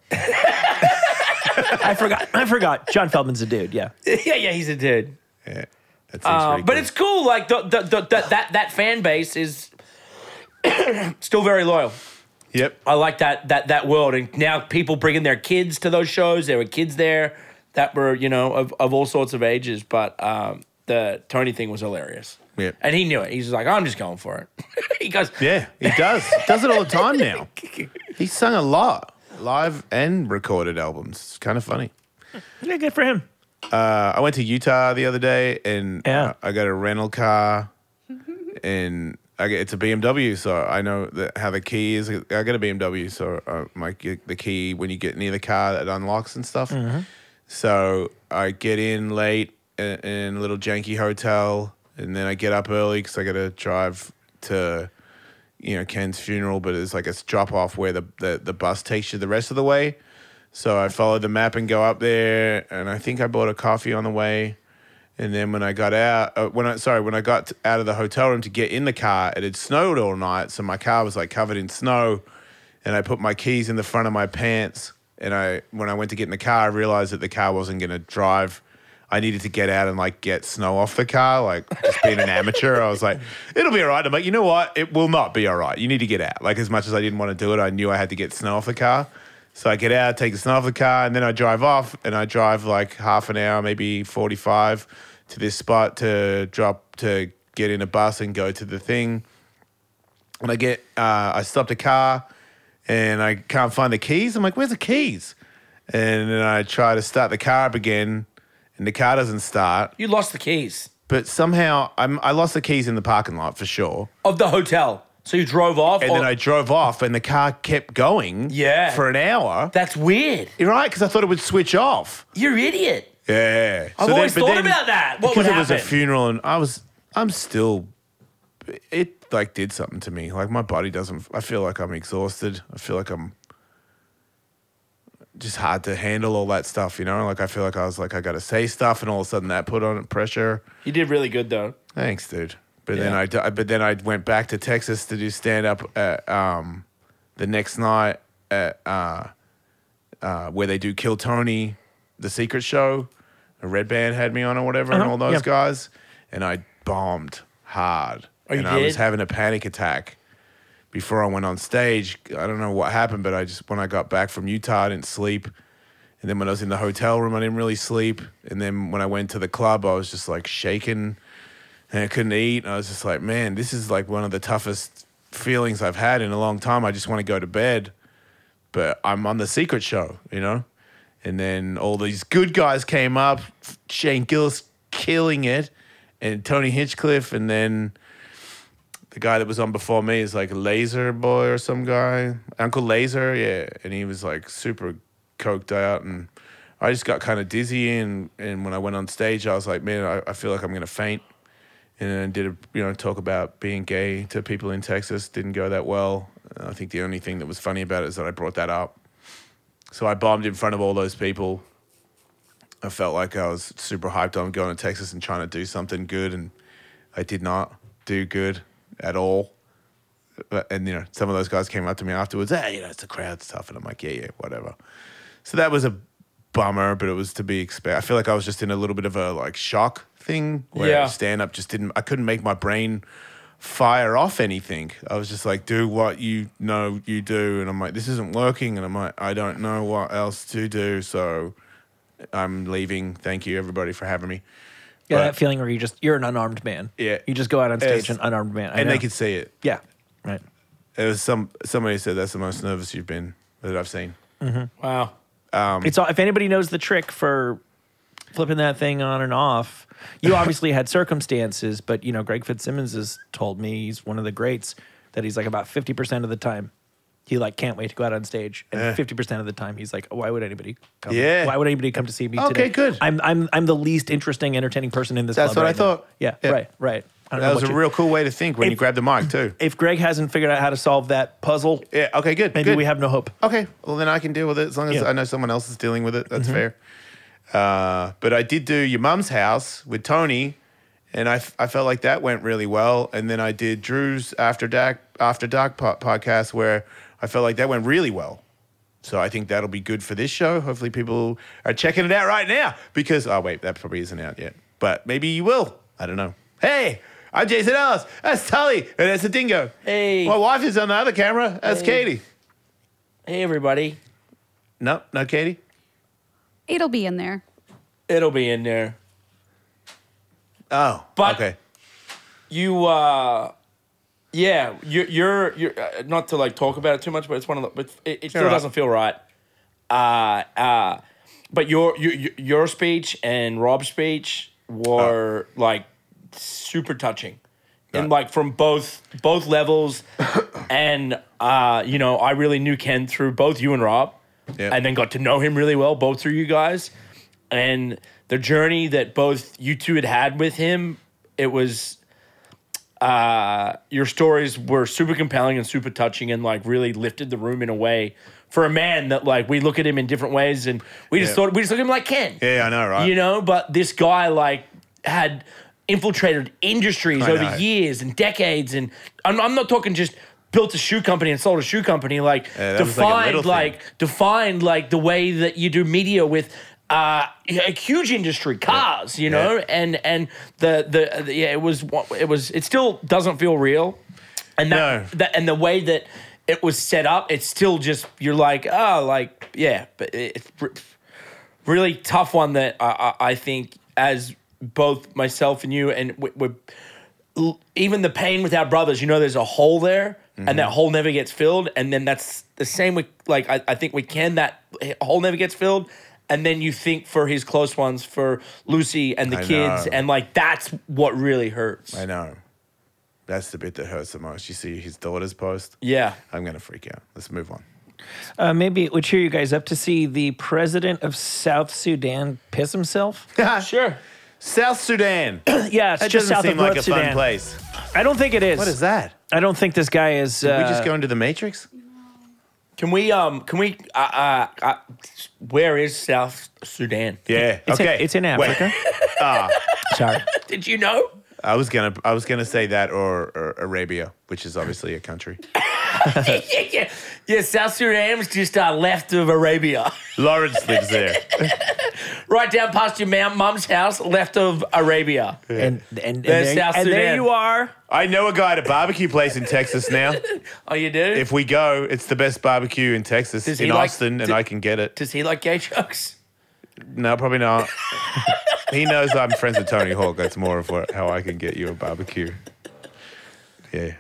B: I forgot. I forgot. John Feldman's a dude. Yeah.
C: yeah, yeah, he's a dude.
A: Yeah. That seems
C: Uh,
A: pretty
C: but
A: cool.
C: it's cool. Like the, the, the, the, that that fan base is still very loyal.
A: Yep.
C: I like that that that world, and now people bringing their kids to those shows. There were kids there that were you know of, of all sorts of ages, but um, the Tony thing was hilarious.
A: Yeah.
C: and he knew it. He's just like, I'm just going for it. he goes,
A: Yeah, he does. He does it all the time now. He's sung a lot, live and recorded albums. It's kind of funny.
B: Yeah, good for him.
A: Uh, I went to Utah the other day and
B: Yeah.
A: uh, I got a rental car and I get, it's a BMW. So I know that how the key is. I got a BMW. So uh, my, the key, when you get near the car, it unlocks and stuff. So I get in late in, in a little janky hotel and then I get up early because I got to drive to you know Ken's funeral, but it's like a drop off where the, the the bus takes you the rest of the way. So I followed the map and go up there, and I think I bought a coffee on the way. And then when I got out, uh, when I sorry, when I got t- out of the hotel room to get in the car, it had snowed all night, so my car was like covered in snow. And I put my keys in the front of my pants, and I when I went to get in the car, I realized that the car wasn't going to drive. I needed to get out and like get snow off the car, like just being an amateur. I was like, it'll be all right. I'm like, you know what? It will not be all right. You need to get out. Like as much as I didn't want to do it, I knew I had to get snow off the car. So I get out, take the snow off the car, and then I drive off. And I drive like half an hour, maybe 45 to this spot to drop, to get in a bus and go to the thing. And I get, uh, I stopped a car and I can't find the keys. I'm like, where's the keys? And then I try to start the car up again and the car doesn't start.
C: You lost the keys
A: But somehow I'm, I lost the keys in the parking lot for sure.
C: of the hotel. So you drove off.
A: And
C: or-
A: then I drove off and the car kept going
C: Oh. Yeah.
A: for an hour.
C: That's weird.
A: You're right, because I thought it would switch off.
C: You're an idiot.
A: Yeah.
C: I've
A: then-
C: always
A: but
C: thought
A: then-
C: about that. What
A: because
C: would
A: it was a
C: happen?
A: funeral, and I was, I'm still, it like did something to me. Like my body doesn't. I feel like I'm exhausted. I feel like I'm just hard to handle all that stuff. You know, like I feel like I was like I got to say stuff, and all of a sudden that put on pressure.
C: You did really good though.
A: Thanks, dude. But then
C: Yeah.
A: I, d- but then I went back to Texas to do stand up at um, the next night at uh, uh, where they do Kill Tony, the secret show. A red band had me on or whatever, and
B: Uh-huh,
A: all those
B: yeah.
A: guys, and I bombed hard,
C: Oh, you
A: and I was
C: did?
A: having a panic attack before I went on stage. I don't know what happened, but I just when I got back from Utah, I didn't sleep. And then when I was in the hotel room, I didn't really sleep. And then when I went to the club, I was just like shaking and I couldn't eat. And I was just like, man, this is like one of the toughest feelings I've had in a long time. I just want to go to bed, but I'm on the secret show, you know? And then all these good guys came up, Shane Gillis killing it, and Tony Hinchcliffe. And then the guy that was on before me is like Laser Boy or some guy, Uncle Laser, yeah. And he was like super coked out, and I just got kind of dizzy. And and when I went on stage, I was like, man, I, I feel like I'm gonna faint. And then did a you know talk about being gay to people in Texas. Didn't go that well. And I think the only thing that was funny about it is that I brought that up. So I bombed in front of all those people. I felt like I was super hyped on going to Texas and trying to do something good, and I did not do good at all. But- And you know, some of those guys came up to me afterwards. Hey, you know, it's the crowd stuff, and I'm like, yeah, yeah, whatever. So that was a bummer, but it was to be expected. I feel like I was just in a little bit of a like shock thing where
C: Yeah.
A: stand up just didn't. I couldn't make my brain fire off anything. I was just like, do what you know you do, and I'm like, this isn't working, and I'm like, I don't know what else to do, so I'm leaving. Thank you, everybody, for having me.
B: Yeah,
A: But-
B: that feeling where you just you're an unarmed man.
A: Yeah.
B: you just go out on stage
A: Yes.
B: an unarmed man. I
A: and they
B: know.
A: could see it.
B: yeah, right.
A: It was some somebody said that's the most nervous you've been that I've seen.
C: Wow.
B: it's all, if anybody knows the trick for flipping that thing on and off, you obviously had circumstances, but you know Greg Fitzsimmons has told me he's one of the greats that he's like about fifty percent of the time he like can't wait to go out on stage, and fifty percent of the time he's like, why would anybody come?
A: Eh. Yeah.
B: why would anybody come to see me?
A: Okay,
B: today?
A: good.
B: I'm I'm I'm the least interesting, entertaining person in this.
A: That's
B: club
A: what I
B: right now."
A: thought.
B: Yeah,
A: Yeah.
B: right, right. I don't know
A: That was
B: what
A: a
B: you-
A: real cool way to think when you
B: If-
A: grab the mic too.
B: If Greg hasn't figured out how to solve that puzzle,
A: Yeah. Okay. Good.
B: maybe
A: Eh, good.
B: we have no hope.
A: Okay. Well, then I can deal with it as long as
B: Yeah.
A: I know someone else is dealing with it. That's fair. Uh, but I did do your mum's house with Tony, and I, f- I felt like that went really well. And then I did Drew's After Dark After Dark po- podcast where I felt like that went really well. So I think that'll be good for this show. Hopefully, people are checking it out right now because oh wait, that probably isn't out yet. But maybe you will. I don't know. Hey. I'm Jason Ellis. That's Tully. And that's the dingo.
C: Hey.
A: My wife is on the other camera. That's
C: Hey.
A: Katie.
C: Hey everybody.
A: No, no, Katie.
D: It'll be in there.
C: It'll be in there.
A: Oh,
C: But-
A: okay.
C: you uh yeah you're you're, you're uh, not to like talk about it too much but it's one of the but it, it still
A: You're right.
C: doesn't feel right uh uh But your your your speech and Rob's speech were like super touching, and
A: Uh. Right.
C: like from both both levels, and uh, you know I really knew Ken through both you and Rob,
A: Yeah.
C: and then got to know him really well both through you guys, and the journey that both you two had had with him, it was. Uh, your stories were super compelling and super touching, and like really lifted the room in a way for a man that like we look at him in different ways, and we just
A: Yeah.
C: thought we just look at him like Ken.
A: Yeah, I know, right?
C: You know, but this guy like had infiltrated industries
A: I
C: over
A: know.
C: years and decades, and I'm, I'm not talking just built a shoe company and sold a shoe company. Like
A: Yeah, that was like a
C: defined
A: little
C: like,
A: thing.
C: defined like the way that you do media with. Uh, a huge industry, cars, you know,
A: Yeah.
C: and and the, the the yeah, it was it was it still doesn't feel real, and that,
A: No.
C: that and the way that it was set up, it's still just you're like oh like yeah, but it- it's r- really tough one that I, I, I think as both myself and you and we, we, l- even the pain with our brothers, you know, there's a hole there, and
A: Mm-hmm.
C: that hole never gets filled, and then that's the same with like I, I think we can that hole never gets filled. And then you think for his close ones, for Lucy and the
A: I
C: kids,
A: know.
C: and like that's what really hurts.
A: I know. That's the bit that hurts the most. You see his daughter's post.
C: Yeah.
A: I'm gonna freak out. Let's move on.
B: Uh, maybe it would cheer you guys up to see the president of South Sudan piss himself.
C: Sure.
A: South Sudan. That
B: yeah, it's just
A: doesn't
B: south
A: seem
B: of
A: like
B: North
A: a
B: Sudan.
A: fun place.
B: I don't think it is.
A: What is that?
B: I don't think this guy is.
A: Did
B: uh,
A: we just go into the Matrix?
C: Can we um can we uh, uh, uh where is South Sudan?
A: Yeah.
B: It's in-
A: okay.
B: it's in
A: Wait. Ah.
B: Africa. Sorry.
C: Did you know?
A: I was gonna I was gonna say that or, or Arabia, which is obviously a country.
C: yeah, yeah. Yeah, South Sudan was just uh, left of Arabia.
A: Lawrence lives there.
C: right down past your mum- mum's house, left of Arabia.
B: And and, and,
C: There's
B: there,
C: South
B: and there
C: Sudan.
B: you are.
A: I know a guy at a barbecue place in Texas now.
C: Oh, you do?
A: If we go, it's the best barbecue in Texas
C: Does he
A: in
C: like-
A: Austin, and
C: d-
A: I can get it.
C: Does he like gay jokes?
A: No, probably not. he knows I'm friends with Tony Hawk. That's more of what, how I can get you a barbecue. Yeah.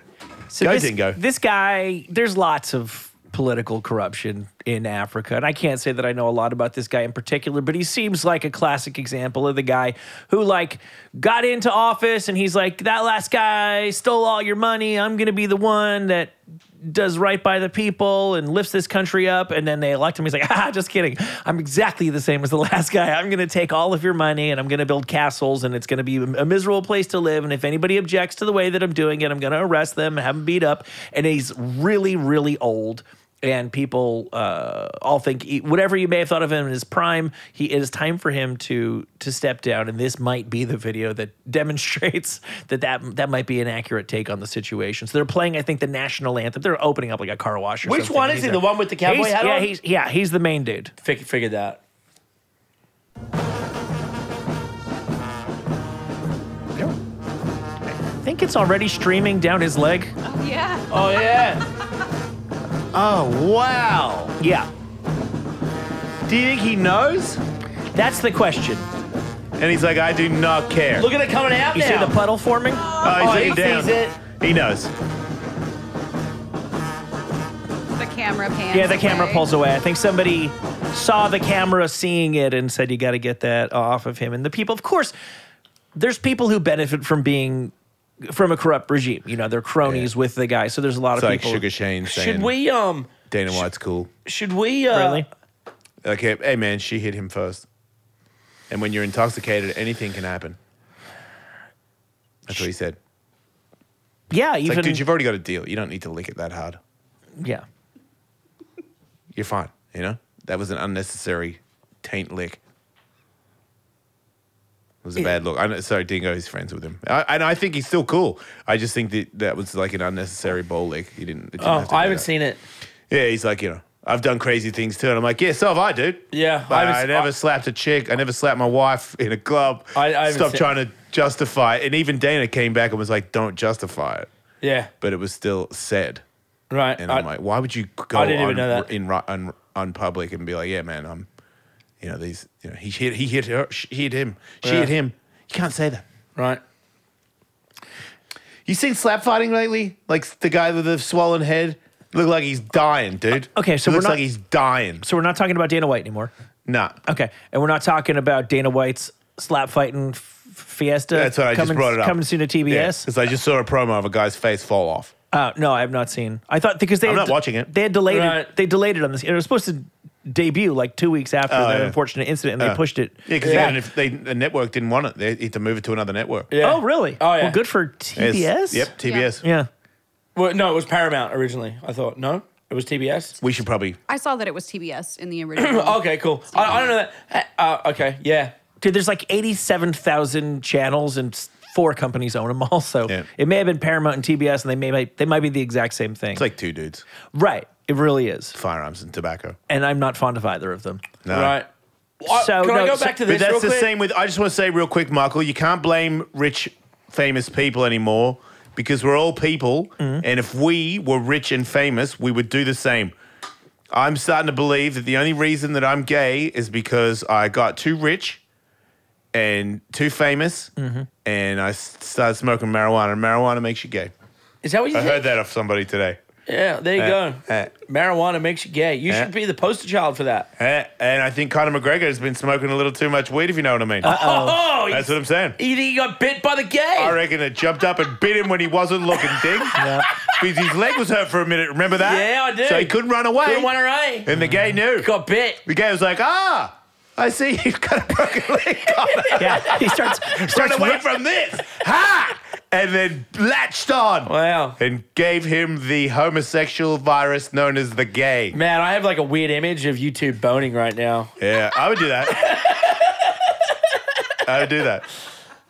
B: So
A: Go,
B: this,
A: Dingo.
B: This guy. There's lots of political corruption in Africa, and I can't say that I know a lot about this guy in particular, but he seems like a classic example of the guy who like got into office and he's like, that last guy stole all your money. I'm gonna be the one that does right by the people and lifts this country up. And then they elect him. He's like, ah, just kidding. I'm exactly the same as the last guy. I'm going to take all of your money and I'm going to build castles and it's going to be a miserable place to live. And if anybody objects to the way that I'm doing it, I'm going to arrest them and have them beat up. And he's really, really old. And people uh, all think he- whatever you may have thought of him in his prime, he it is time for him to to step down. And this might be the video that demonstrates that that, that might be an accurate take on the situation. So they're playing, I think, the national anthem. They're opening up like a car wash. Or
C: Which
B: something.
C: one is
B: He's
C: he? The
B: there.
C: one with the cowboy
B: He's-
C: hat
B: yeah,
C: on?
B: he's yeah, he's the main dude.
C: Fig- figured that.
B: I think it's already streaming down his leg.
D: Yeah.
C: Oh, yeah.
A: Oh, wow.
B: Yeah,
A: Do you think he knows?
B: that's the question.
A: And he's like, I do not care.
C: Look at it coming out
B: You see
C: now.
B: the puddle forming?
A: oh, he's
C: oh,
A: looking
C: he
A: down.
C: sees it.
A: He knows.
D: The camera pans.
B: Yeah, the camera
D: away.
B: pulls away. I think somebody saw the camera seeing it and said, "You got to get that off of him." And the people, of course, there's people who benefit from being from a corrupt regime. You know, they're cronies with the guy. So there's a lot
A: It's
B: of
A: like
B: people.
A: Sugar Shane saying,
C: Should we, um,
A: Dana White's cool.
C: should we, uh,
B: Really?
A: Like, hey, hey, man, she hit him first. And when you're intoxicated, anything can happen. That's what he said.
B: Yeah,
A: It's
B: even
A: like, dude, you've already got a deal. You don't need to lick it that hard.
B: yeah.
A: You're fine. You know? That was an unnecessary taint lick. It was a bad look. I know, sorry, Dingo is friends with him. I, and I think he's still cool. I just think that that was like an unnecessary ball lick. He didn't. it didn't
C: Oh,
A: have to
C: I
A: do
C: haven't
A: that.
C: seen it.
A: Yeah, he's like, you know, I've done crazy things too. And I'm like, yeah, so have I, dude.
C: Yeah, I
A: But
C: haven't
A: I,
C: s-
A: never
C: I-
A: slapped a chick. I never slapped my wife in a club.
C: I- I haven't
A: Stop
C: seen-
A: trying to justify it. And even Dana came back and was like, don't justify it.
C: Yeah.
A: But it was still said.
C: Right.
A: And I, am like, why would you go
C: I didn't
A: on,
C: even know that.
A: in ri- on, on public and be like, yeah, man, I'm, you know, these, you know, he hit, he hit her, she hit him, she
C: Yeah.
A: hit him. You can't say that.
C: right.
A: You seen slap fighting lately? Like the guy with the swollen head, look like he's dying, dude.
B: Uh, Okay, so we're
A: looks
B: not-
A: like he's dying.
B: So we're not talking about Dana White anymore.
A: Nah.
B: Okay, and we're not talking about Dana White's slap fighting f- fiesta.
A: That's what I
B: coming,
A: just brought it up.
B: Coming soon to TBS.
A: Because I just saw a promo of a guy's face fall off.
B: Uh, no, I have not seen. I thought because they
A: I'm not
B: had
A: watching it.
B: They had delayed it.
C: Right.
B: They delayed it on this. It was supposed to debut like two weeks after
A: Oh,
B: that
A: yeah.
B: unfortunate incident, and
A: Oh.
B: they pushed it.
A: Yeah, because
C: Yeah.
A: if they the network didn't want it, they had to move it to another network.
C: Yeah.
B: Oh, really?
C: Oh, yeah.
B: Well, good for
A: It's-
B: TBS.
A: Yep, TBS.
B: Yeah.
C: Well, no, it was Paramount originally. I thought no, it was TBS.
A: We should probably.
D: I saw that it was TBS in the original.
C: Okay, cool. I, I don't know that. Uh, okay, yeah.
B: Dude, there's like 87,000 channels and s- four companies own them all. So
A: Yeah.
B: it may have been Paramount and TBS, and they may they might be the exact same thing.
A: It's like two dudes,
B: right. It really is.
A: firearms and tobacco.
B: And I'm not fond of either of them.
A: No.
C: Right. What-
B: So,
C: can
B: no,
C: I go
B: so-
C: back to
A: But
C: this real
A: that's the
C: quick?
A: same with. I just want to say real quick, Michael, you can't blame rich, famous people anymore because we're all people.
C: Mm-hmm.
A: And if we were rich and famous, we would do the same. I'm starting to believe that the only reason that I'm gay is because I got too rich and too famous
C: Mm-hmm.
A: and I s- started smoking marijuana. And marijuana makes you gay.
C: Is that what you
A: I
C: think?
A: heard that off somebody today.
C: Yeah, there you
A: Uh,
C: go.
A: uh.
C: Marijuana makes you gay. You should be the poster child for that.
A: Eh, And I think Conor McGregor has been smoking a little too much weed, if you know what I mean.
C: Oh, you
A: That's what I'm saying.
C: you think he got bit by the gay?
A: I reckon it jumped up and bit him when he wasn't looking, Ding. Because his leg was hurt for a minute. Remember that?
C: Yeah, I do.
A: So he couldn't run away.
C: Couldn't run away.
A: And the gay knew.
C: Got bit.
A: The gay was like, ah, I see you've got a broken leg. Connor.
B: Yeah. he starts,
A: Run
B: starts
A: away from this. Ha! And then latched on.
C: Wow.
A: And gave him the homosexual virus known as the gay.
C: Man, I have like a weird image of you two boning right now.
A: Yeah, I would do that. I would do that.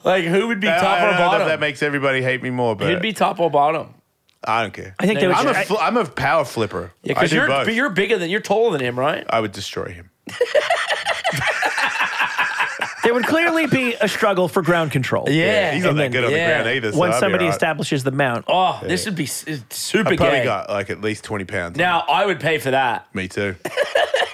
C: Like, who would be top
A: I don't
C: or
A: know
C: bottom?
A: if that makes everybody hate me more, but
C: Who'd be top or bottom?
A: I don't care.
B: I think they would
A: I'm a
B: ju-
A: fl- I'm a power flipper.
C: Yeah,
A: I
C: because
A: do
C: you're
A: both.
C: but you're bigger than you're taller than him, right?
A: I would destroy him.
B: there would clearly be a struggle for ground control.
C: Yeah.
A: He's not
B: and
A: that
B: then-
A: good on
C: yeah.
A: the ground either. So
B: Once
A: I'll be
B: somebody
A: all right.
B: establishes the mount, oh,
C: Oh, this would be s- super
A: I probably
C: gay.
A: got like at least twenty pounds. on
C: Now I would pay for that.
A: me too.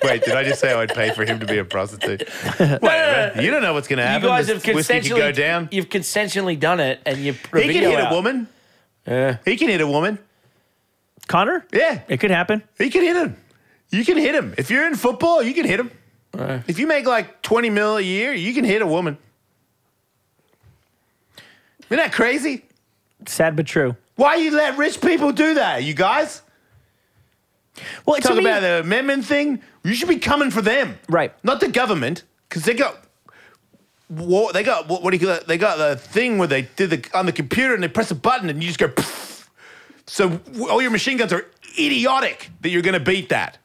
A: Wait, did I just say I would pay for him to be a prostitute? Wait, you don't know what's going to
C: You
A: happen.
C: guys have
A: This whiskey
C: consensually
A: could go down.
C: You've consensually done it, and you've
A: He can hit a woman. Yeah. He can hit a woman.
B: Connor?
A: Yeah.
B: It could happen.
A: He can hit him. You can hit him. If you're in football, you can hit him. If you make like 20 mil a year, you can hit a woman. Isn't that crazy?
B: Sad but true.
A: Why you let rich people do that, you guys?
B: Well,
A: Talk
B: to me,
A: about the amendment thing. You should be coming for them,
B: Right.
A: Not the government, because they got war. They got what, what do you call it? They got the thing where they did the on the computer and they press a button and you just go. Poof. So w- all your machine guns are idiotic that you're going to beat that.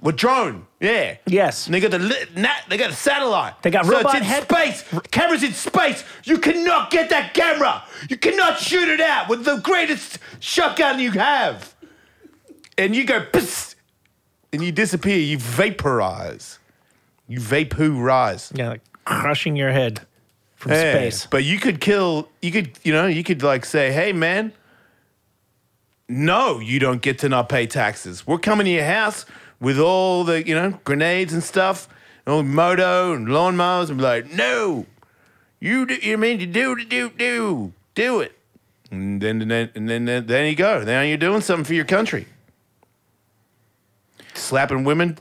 A: With drone, yeah,
B: Yes.
A: And they got the li- nat, they got a satellite.
B: They got
A: so it's
B: robot
A: in
B: head-
A: space. Cameras in space. You cannot get that camera. You cannot shoot it out with the greatest shotgun you have and you go "Psst," and you disappear. You vaporize. You vaporize
B: Yeah, like crushing your head from
A: Yeah.
B: space.
A: But you could kill. You could. You know. You could like say, "Hey, man." No, you don't get to not pay taxes. We're coming to your house with all the you know grenades and stuff, and all moto and lawnmowers, and be like, "No, you do, you mean you do do do do it." And then and then and then then, there you go. Now you're doing something for your country. Slapping women,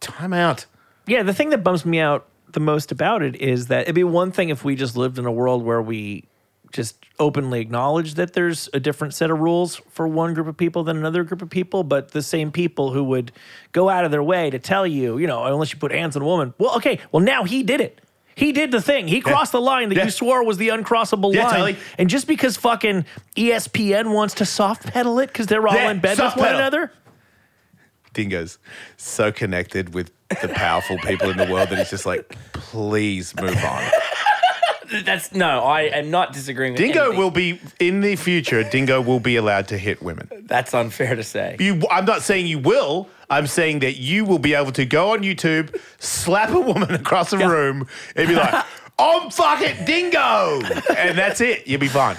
A: time out.
B: Yeah, the thing that bums me out the most about it is that it'd be one thing if we just lived in a world where we just openly acknowledge that there's a different set of rules for one group of people than another group of people, but the same people who would go out of their way to tell you, you know, unless you put hands on a woman, well, okay, well, now he did it. He did the thing. He crossed the line that
A: Yeah.
B: you swore was the uncrossable
A: Yeah,
B: line.
A: totally.
B: And just because fucking E ESPN wants to soft pedal it because they're all
A: Yeah,
B: in bed with
A: soft
B: one
A: pedal.
B: another,
A: Dingo's so connected with the powerful people in the world that he's just like, please move on.
C: That's no, I am not disagreeing. With
A: Dingo
C: anything.
A: will be in the future. Dingo will be allowed to hit women.
C: That's unfair to say.
A: You, I'm not saying you will. I'm saying that you will be able to go on YouTube, slap a woman across the room, and be like, "I'm fucking Dingo," and that's it. You'll be fine.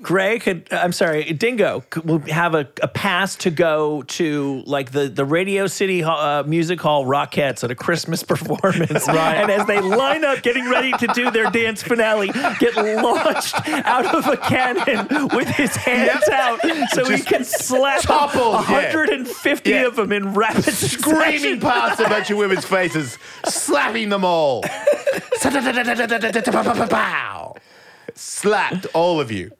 B: Gray could, I'm sorry, Dingo could, will have a, a pass to go to like the, the Radio City uh, Music Hall Rockettes at a Christmas performance. right. And as they line up, getting ready to do their dance finale, get launched out of a cannon with his hands out so he can slap
A: toppled, yeah.
B: 150
A: Yeah.
B: of them in rapid
A: Screaming
B: succession.
A: past a bunch of women's faces, slapping them all. Slapped all of you.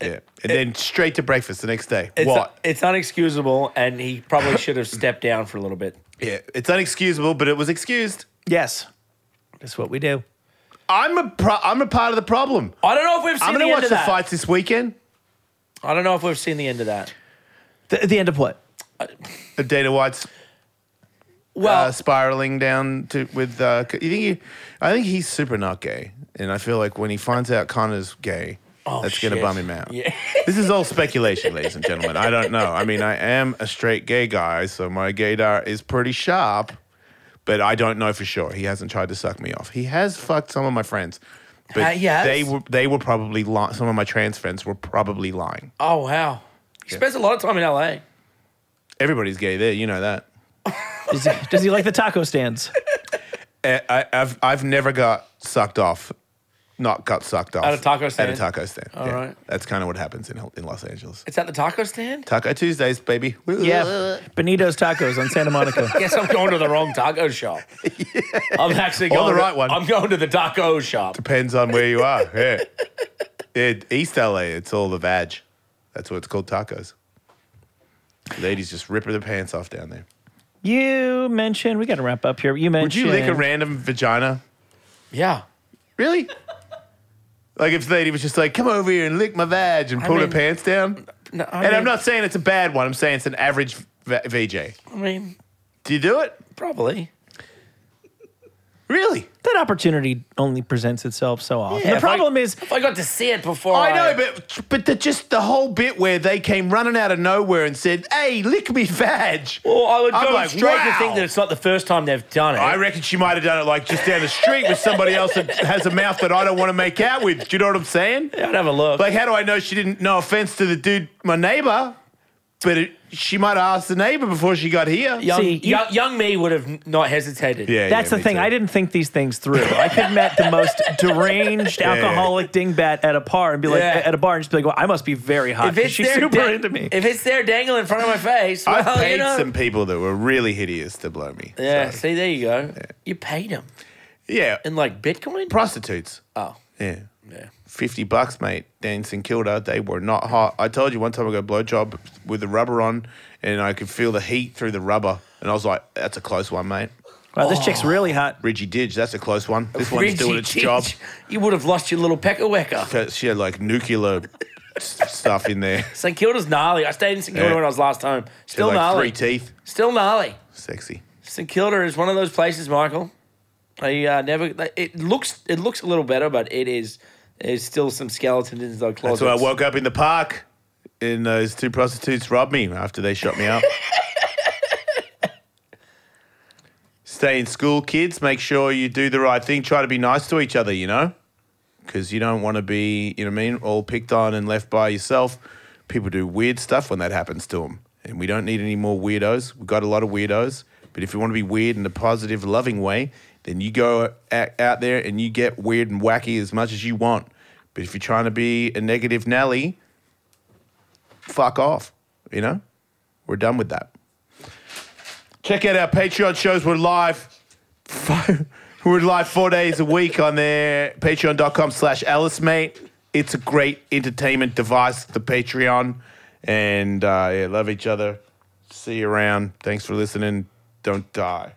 A: Yeah. And then straight to breakfast the next day.
C: It's,
A: what?
C: It's unexcusable, and he probably should have stepped down for a little bit.
A: yeah. It's unexcusable, but it was excused.
B: Yes. That's what we do.
A: I'm a pro- I'm a part of the problem.
C: I don't know if we've seen
A: I'm
C: the
A: going to
C: end
A: watch
C: of
A: the
C: that.
A: fights this weekend.
C: I don't know if we've seen the end of that.
B: The, the end of what?
A: of Dana White's
C: Well,
A: uh, spiraling down to with. Uh, c- you think he, I think he's super not gay, and I feel like when he finds out Connor's gay, that's gonna
C: Oh, shit.
A: bum him out.
C: Yeah.
A: this is all speculation, ladies and gentlemen. I don't know. I mean, I am a straight gay guy, so my gaydar is pretty sharp, but I don't know for sure. He hasn't tried to suck me off. He has fucked some of my friends. But
C: Uh, he has?
A: they were they were probably lying. Some of my trans friends were probably lying.
C: oh wow, he spends a lot of time in LA.
A: Everybody's gay there, you know that.
B: Does he, does he like the taco stands?
A: I, I've I've never got sucked off, not got sucked off
C: At a taco
A: At
C: stand?
A: a taco stand. All
C: right.
A: that's kind of what happens in in Los Angeles.
C: It's at the taco stand.
A: Taco Tuesdays, baby.
B: Yeah. Benito's Tacos on Santa Monica.
C: Guess I'm going to the wrong taco shop. I'm actually
A: Or
C: going
A: the
C: to-
A: right one.
C: I'm going to the taco shop.
A: depends on where you are. Yeah. yeah, East LA, it's all the vag. That's what it's called, tacos. Ladies just rip their pants off down there.
B: You mentioned we got to wrap up here. You
A: Would
B: mentioned
A: you lick a random vagina?
C: Yeah.
A: Really? like if the lady was just like, "Come over here and lick my vag," and pull
C: mean-
A: her pants down.
C: No, I
A: and I'm
C: mean-
A: not saying it's a bad one. I'm saying it's an average v- VJ.
C: I mean,
A: Do you do it?
C: probably.
A: Really?
B: that opportunity only presents itself so often.
C: Yeah, if
B: the
C: I-
B: problem is
C: if I got to see it before.
A: I know, but but the, just the whole bit where they came running out of nowhere and said, "Hey, lick me, vag."
C: Well, I would
A: I'm
C: go
A: like,
C: straight to
A: wow.
C: think that it's not the first time they've done it.
A: I reckon she might have done it like just down the street with somebody else that has a mouth that I don't want to make out with. Do you know what I'm saying?
C: Yeah, I'd have a look.
A: Like, how do I know she didn't? No offense to the dude, my neighbor, but it, she might have asked the neighbor before she got here.
C: young,
B: See, you-
C: young, young me would have n- not hesitated.
A: Yeah,
B: that's
A: yeah,
B: the
A: me
B: thing.
A: too.
B: I didn't think these things through. I could have met the most deranged
A: Yeah, yeah.
B: alcoholic dingbat at a bar and be like
C: Yeah.
B: at a bar and just be like, well, I must be very hot.
C: If
B: 'cause
C: it's
B: She's
C: there
B: super
C: dang-
B: into me.
C: If it's there dangling in front of my face, well,
A: I've paid
C: you know.
A: some people that were really hideous to blow me.
C: yeah,
A: so-
C: see, there you go. You paid him
A: yeah,
C: in like Bitcoin.
A: prostitutes.
C: oh,
A: Yeah.
C: yeah.
A: 50 bucks, mate, down in St Kilda. They were not hot. I told you one time I got a blowjob with the rubber on and I could feel the heat through the rubber. And I was like, that's a close one, mate.
B: Wow, this chick's really hot.
A: Ridgy Didge, that's a close one. This one's
C: Reggie
A: doing its
C: Chich,
A: job.
C: You would have lost your little pecker wecker.
A: But She had like nuclear s- stuff in there.
C: St Kilda's gnarly. I stayed in St Kilda
A: Yeah.
C: when I was last home. Still
A: like
C: gnarly.
A: three teeth.
C: Still gnarly.
A: Sexy.
C: St Kilda is one of those places, Michael. I uh, never. It looks it looks a little better, but it is there's still some skeletons in the closet.
A: That's why I woke up in the park and those two prostitutes robbed me after they shot me up. Stay in school, kids. Make sure you do the right thing. Try to be nice to each other, you know? Because you don't want to be, you know what I mean, all picked on and left by yourself. People do weird stuff when that happens to them. And we don't need any more weirdos. We've got a lot of weirdos. But if you want to be weird in a positive, loving way, then you go a- out there and you get weird and wacky as much as you want. But if you're trying to be a negative Nelly, fuck off. You know? We're done with that. Check out our Patreon shows. We're live. We're live four days a week on there. Patreon.com slash Alice Mate. It's a great entertainment device, the Patreon. And uh, yeah, love each other. See you around. Thanks for listening. Don't die.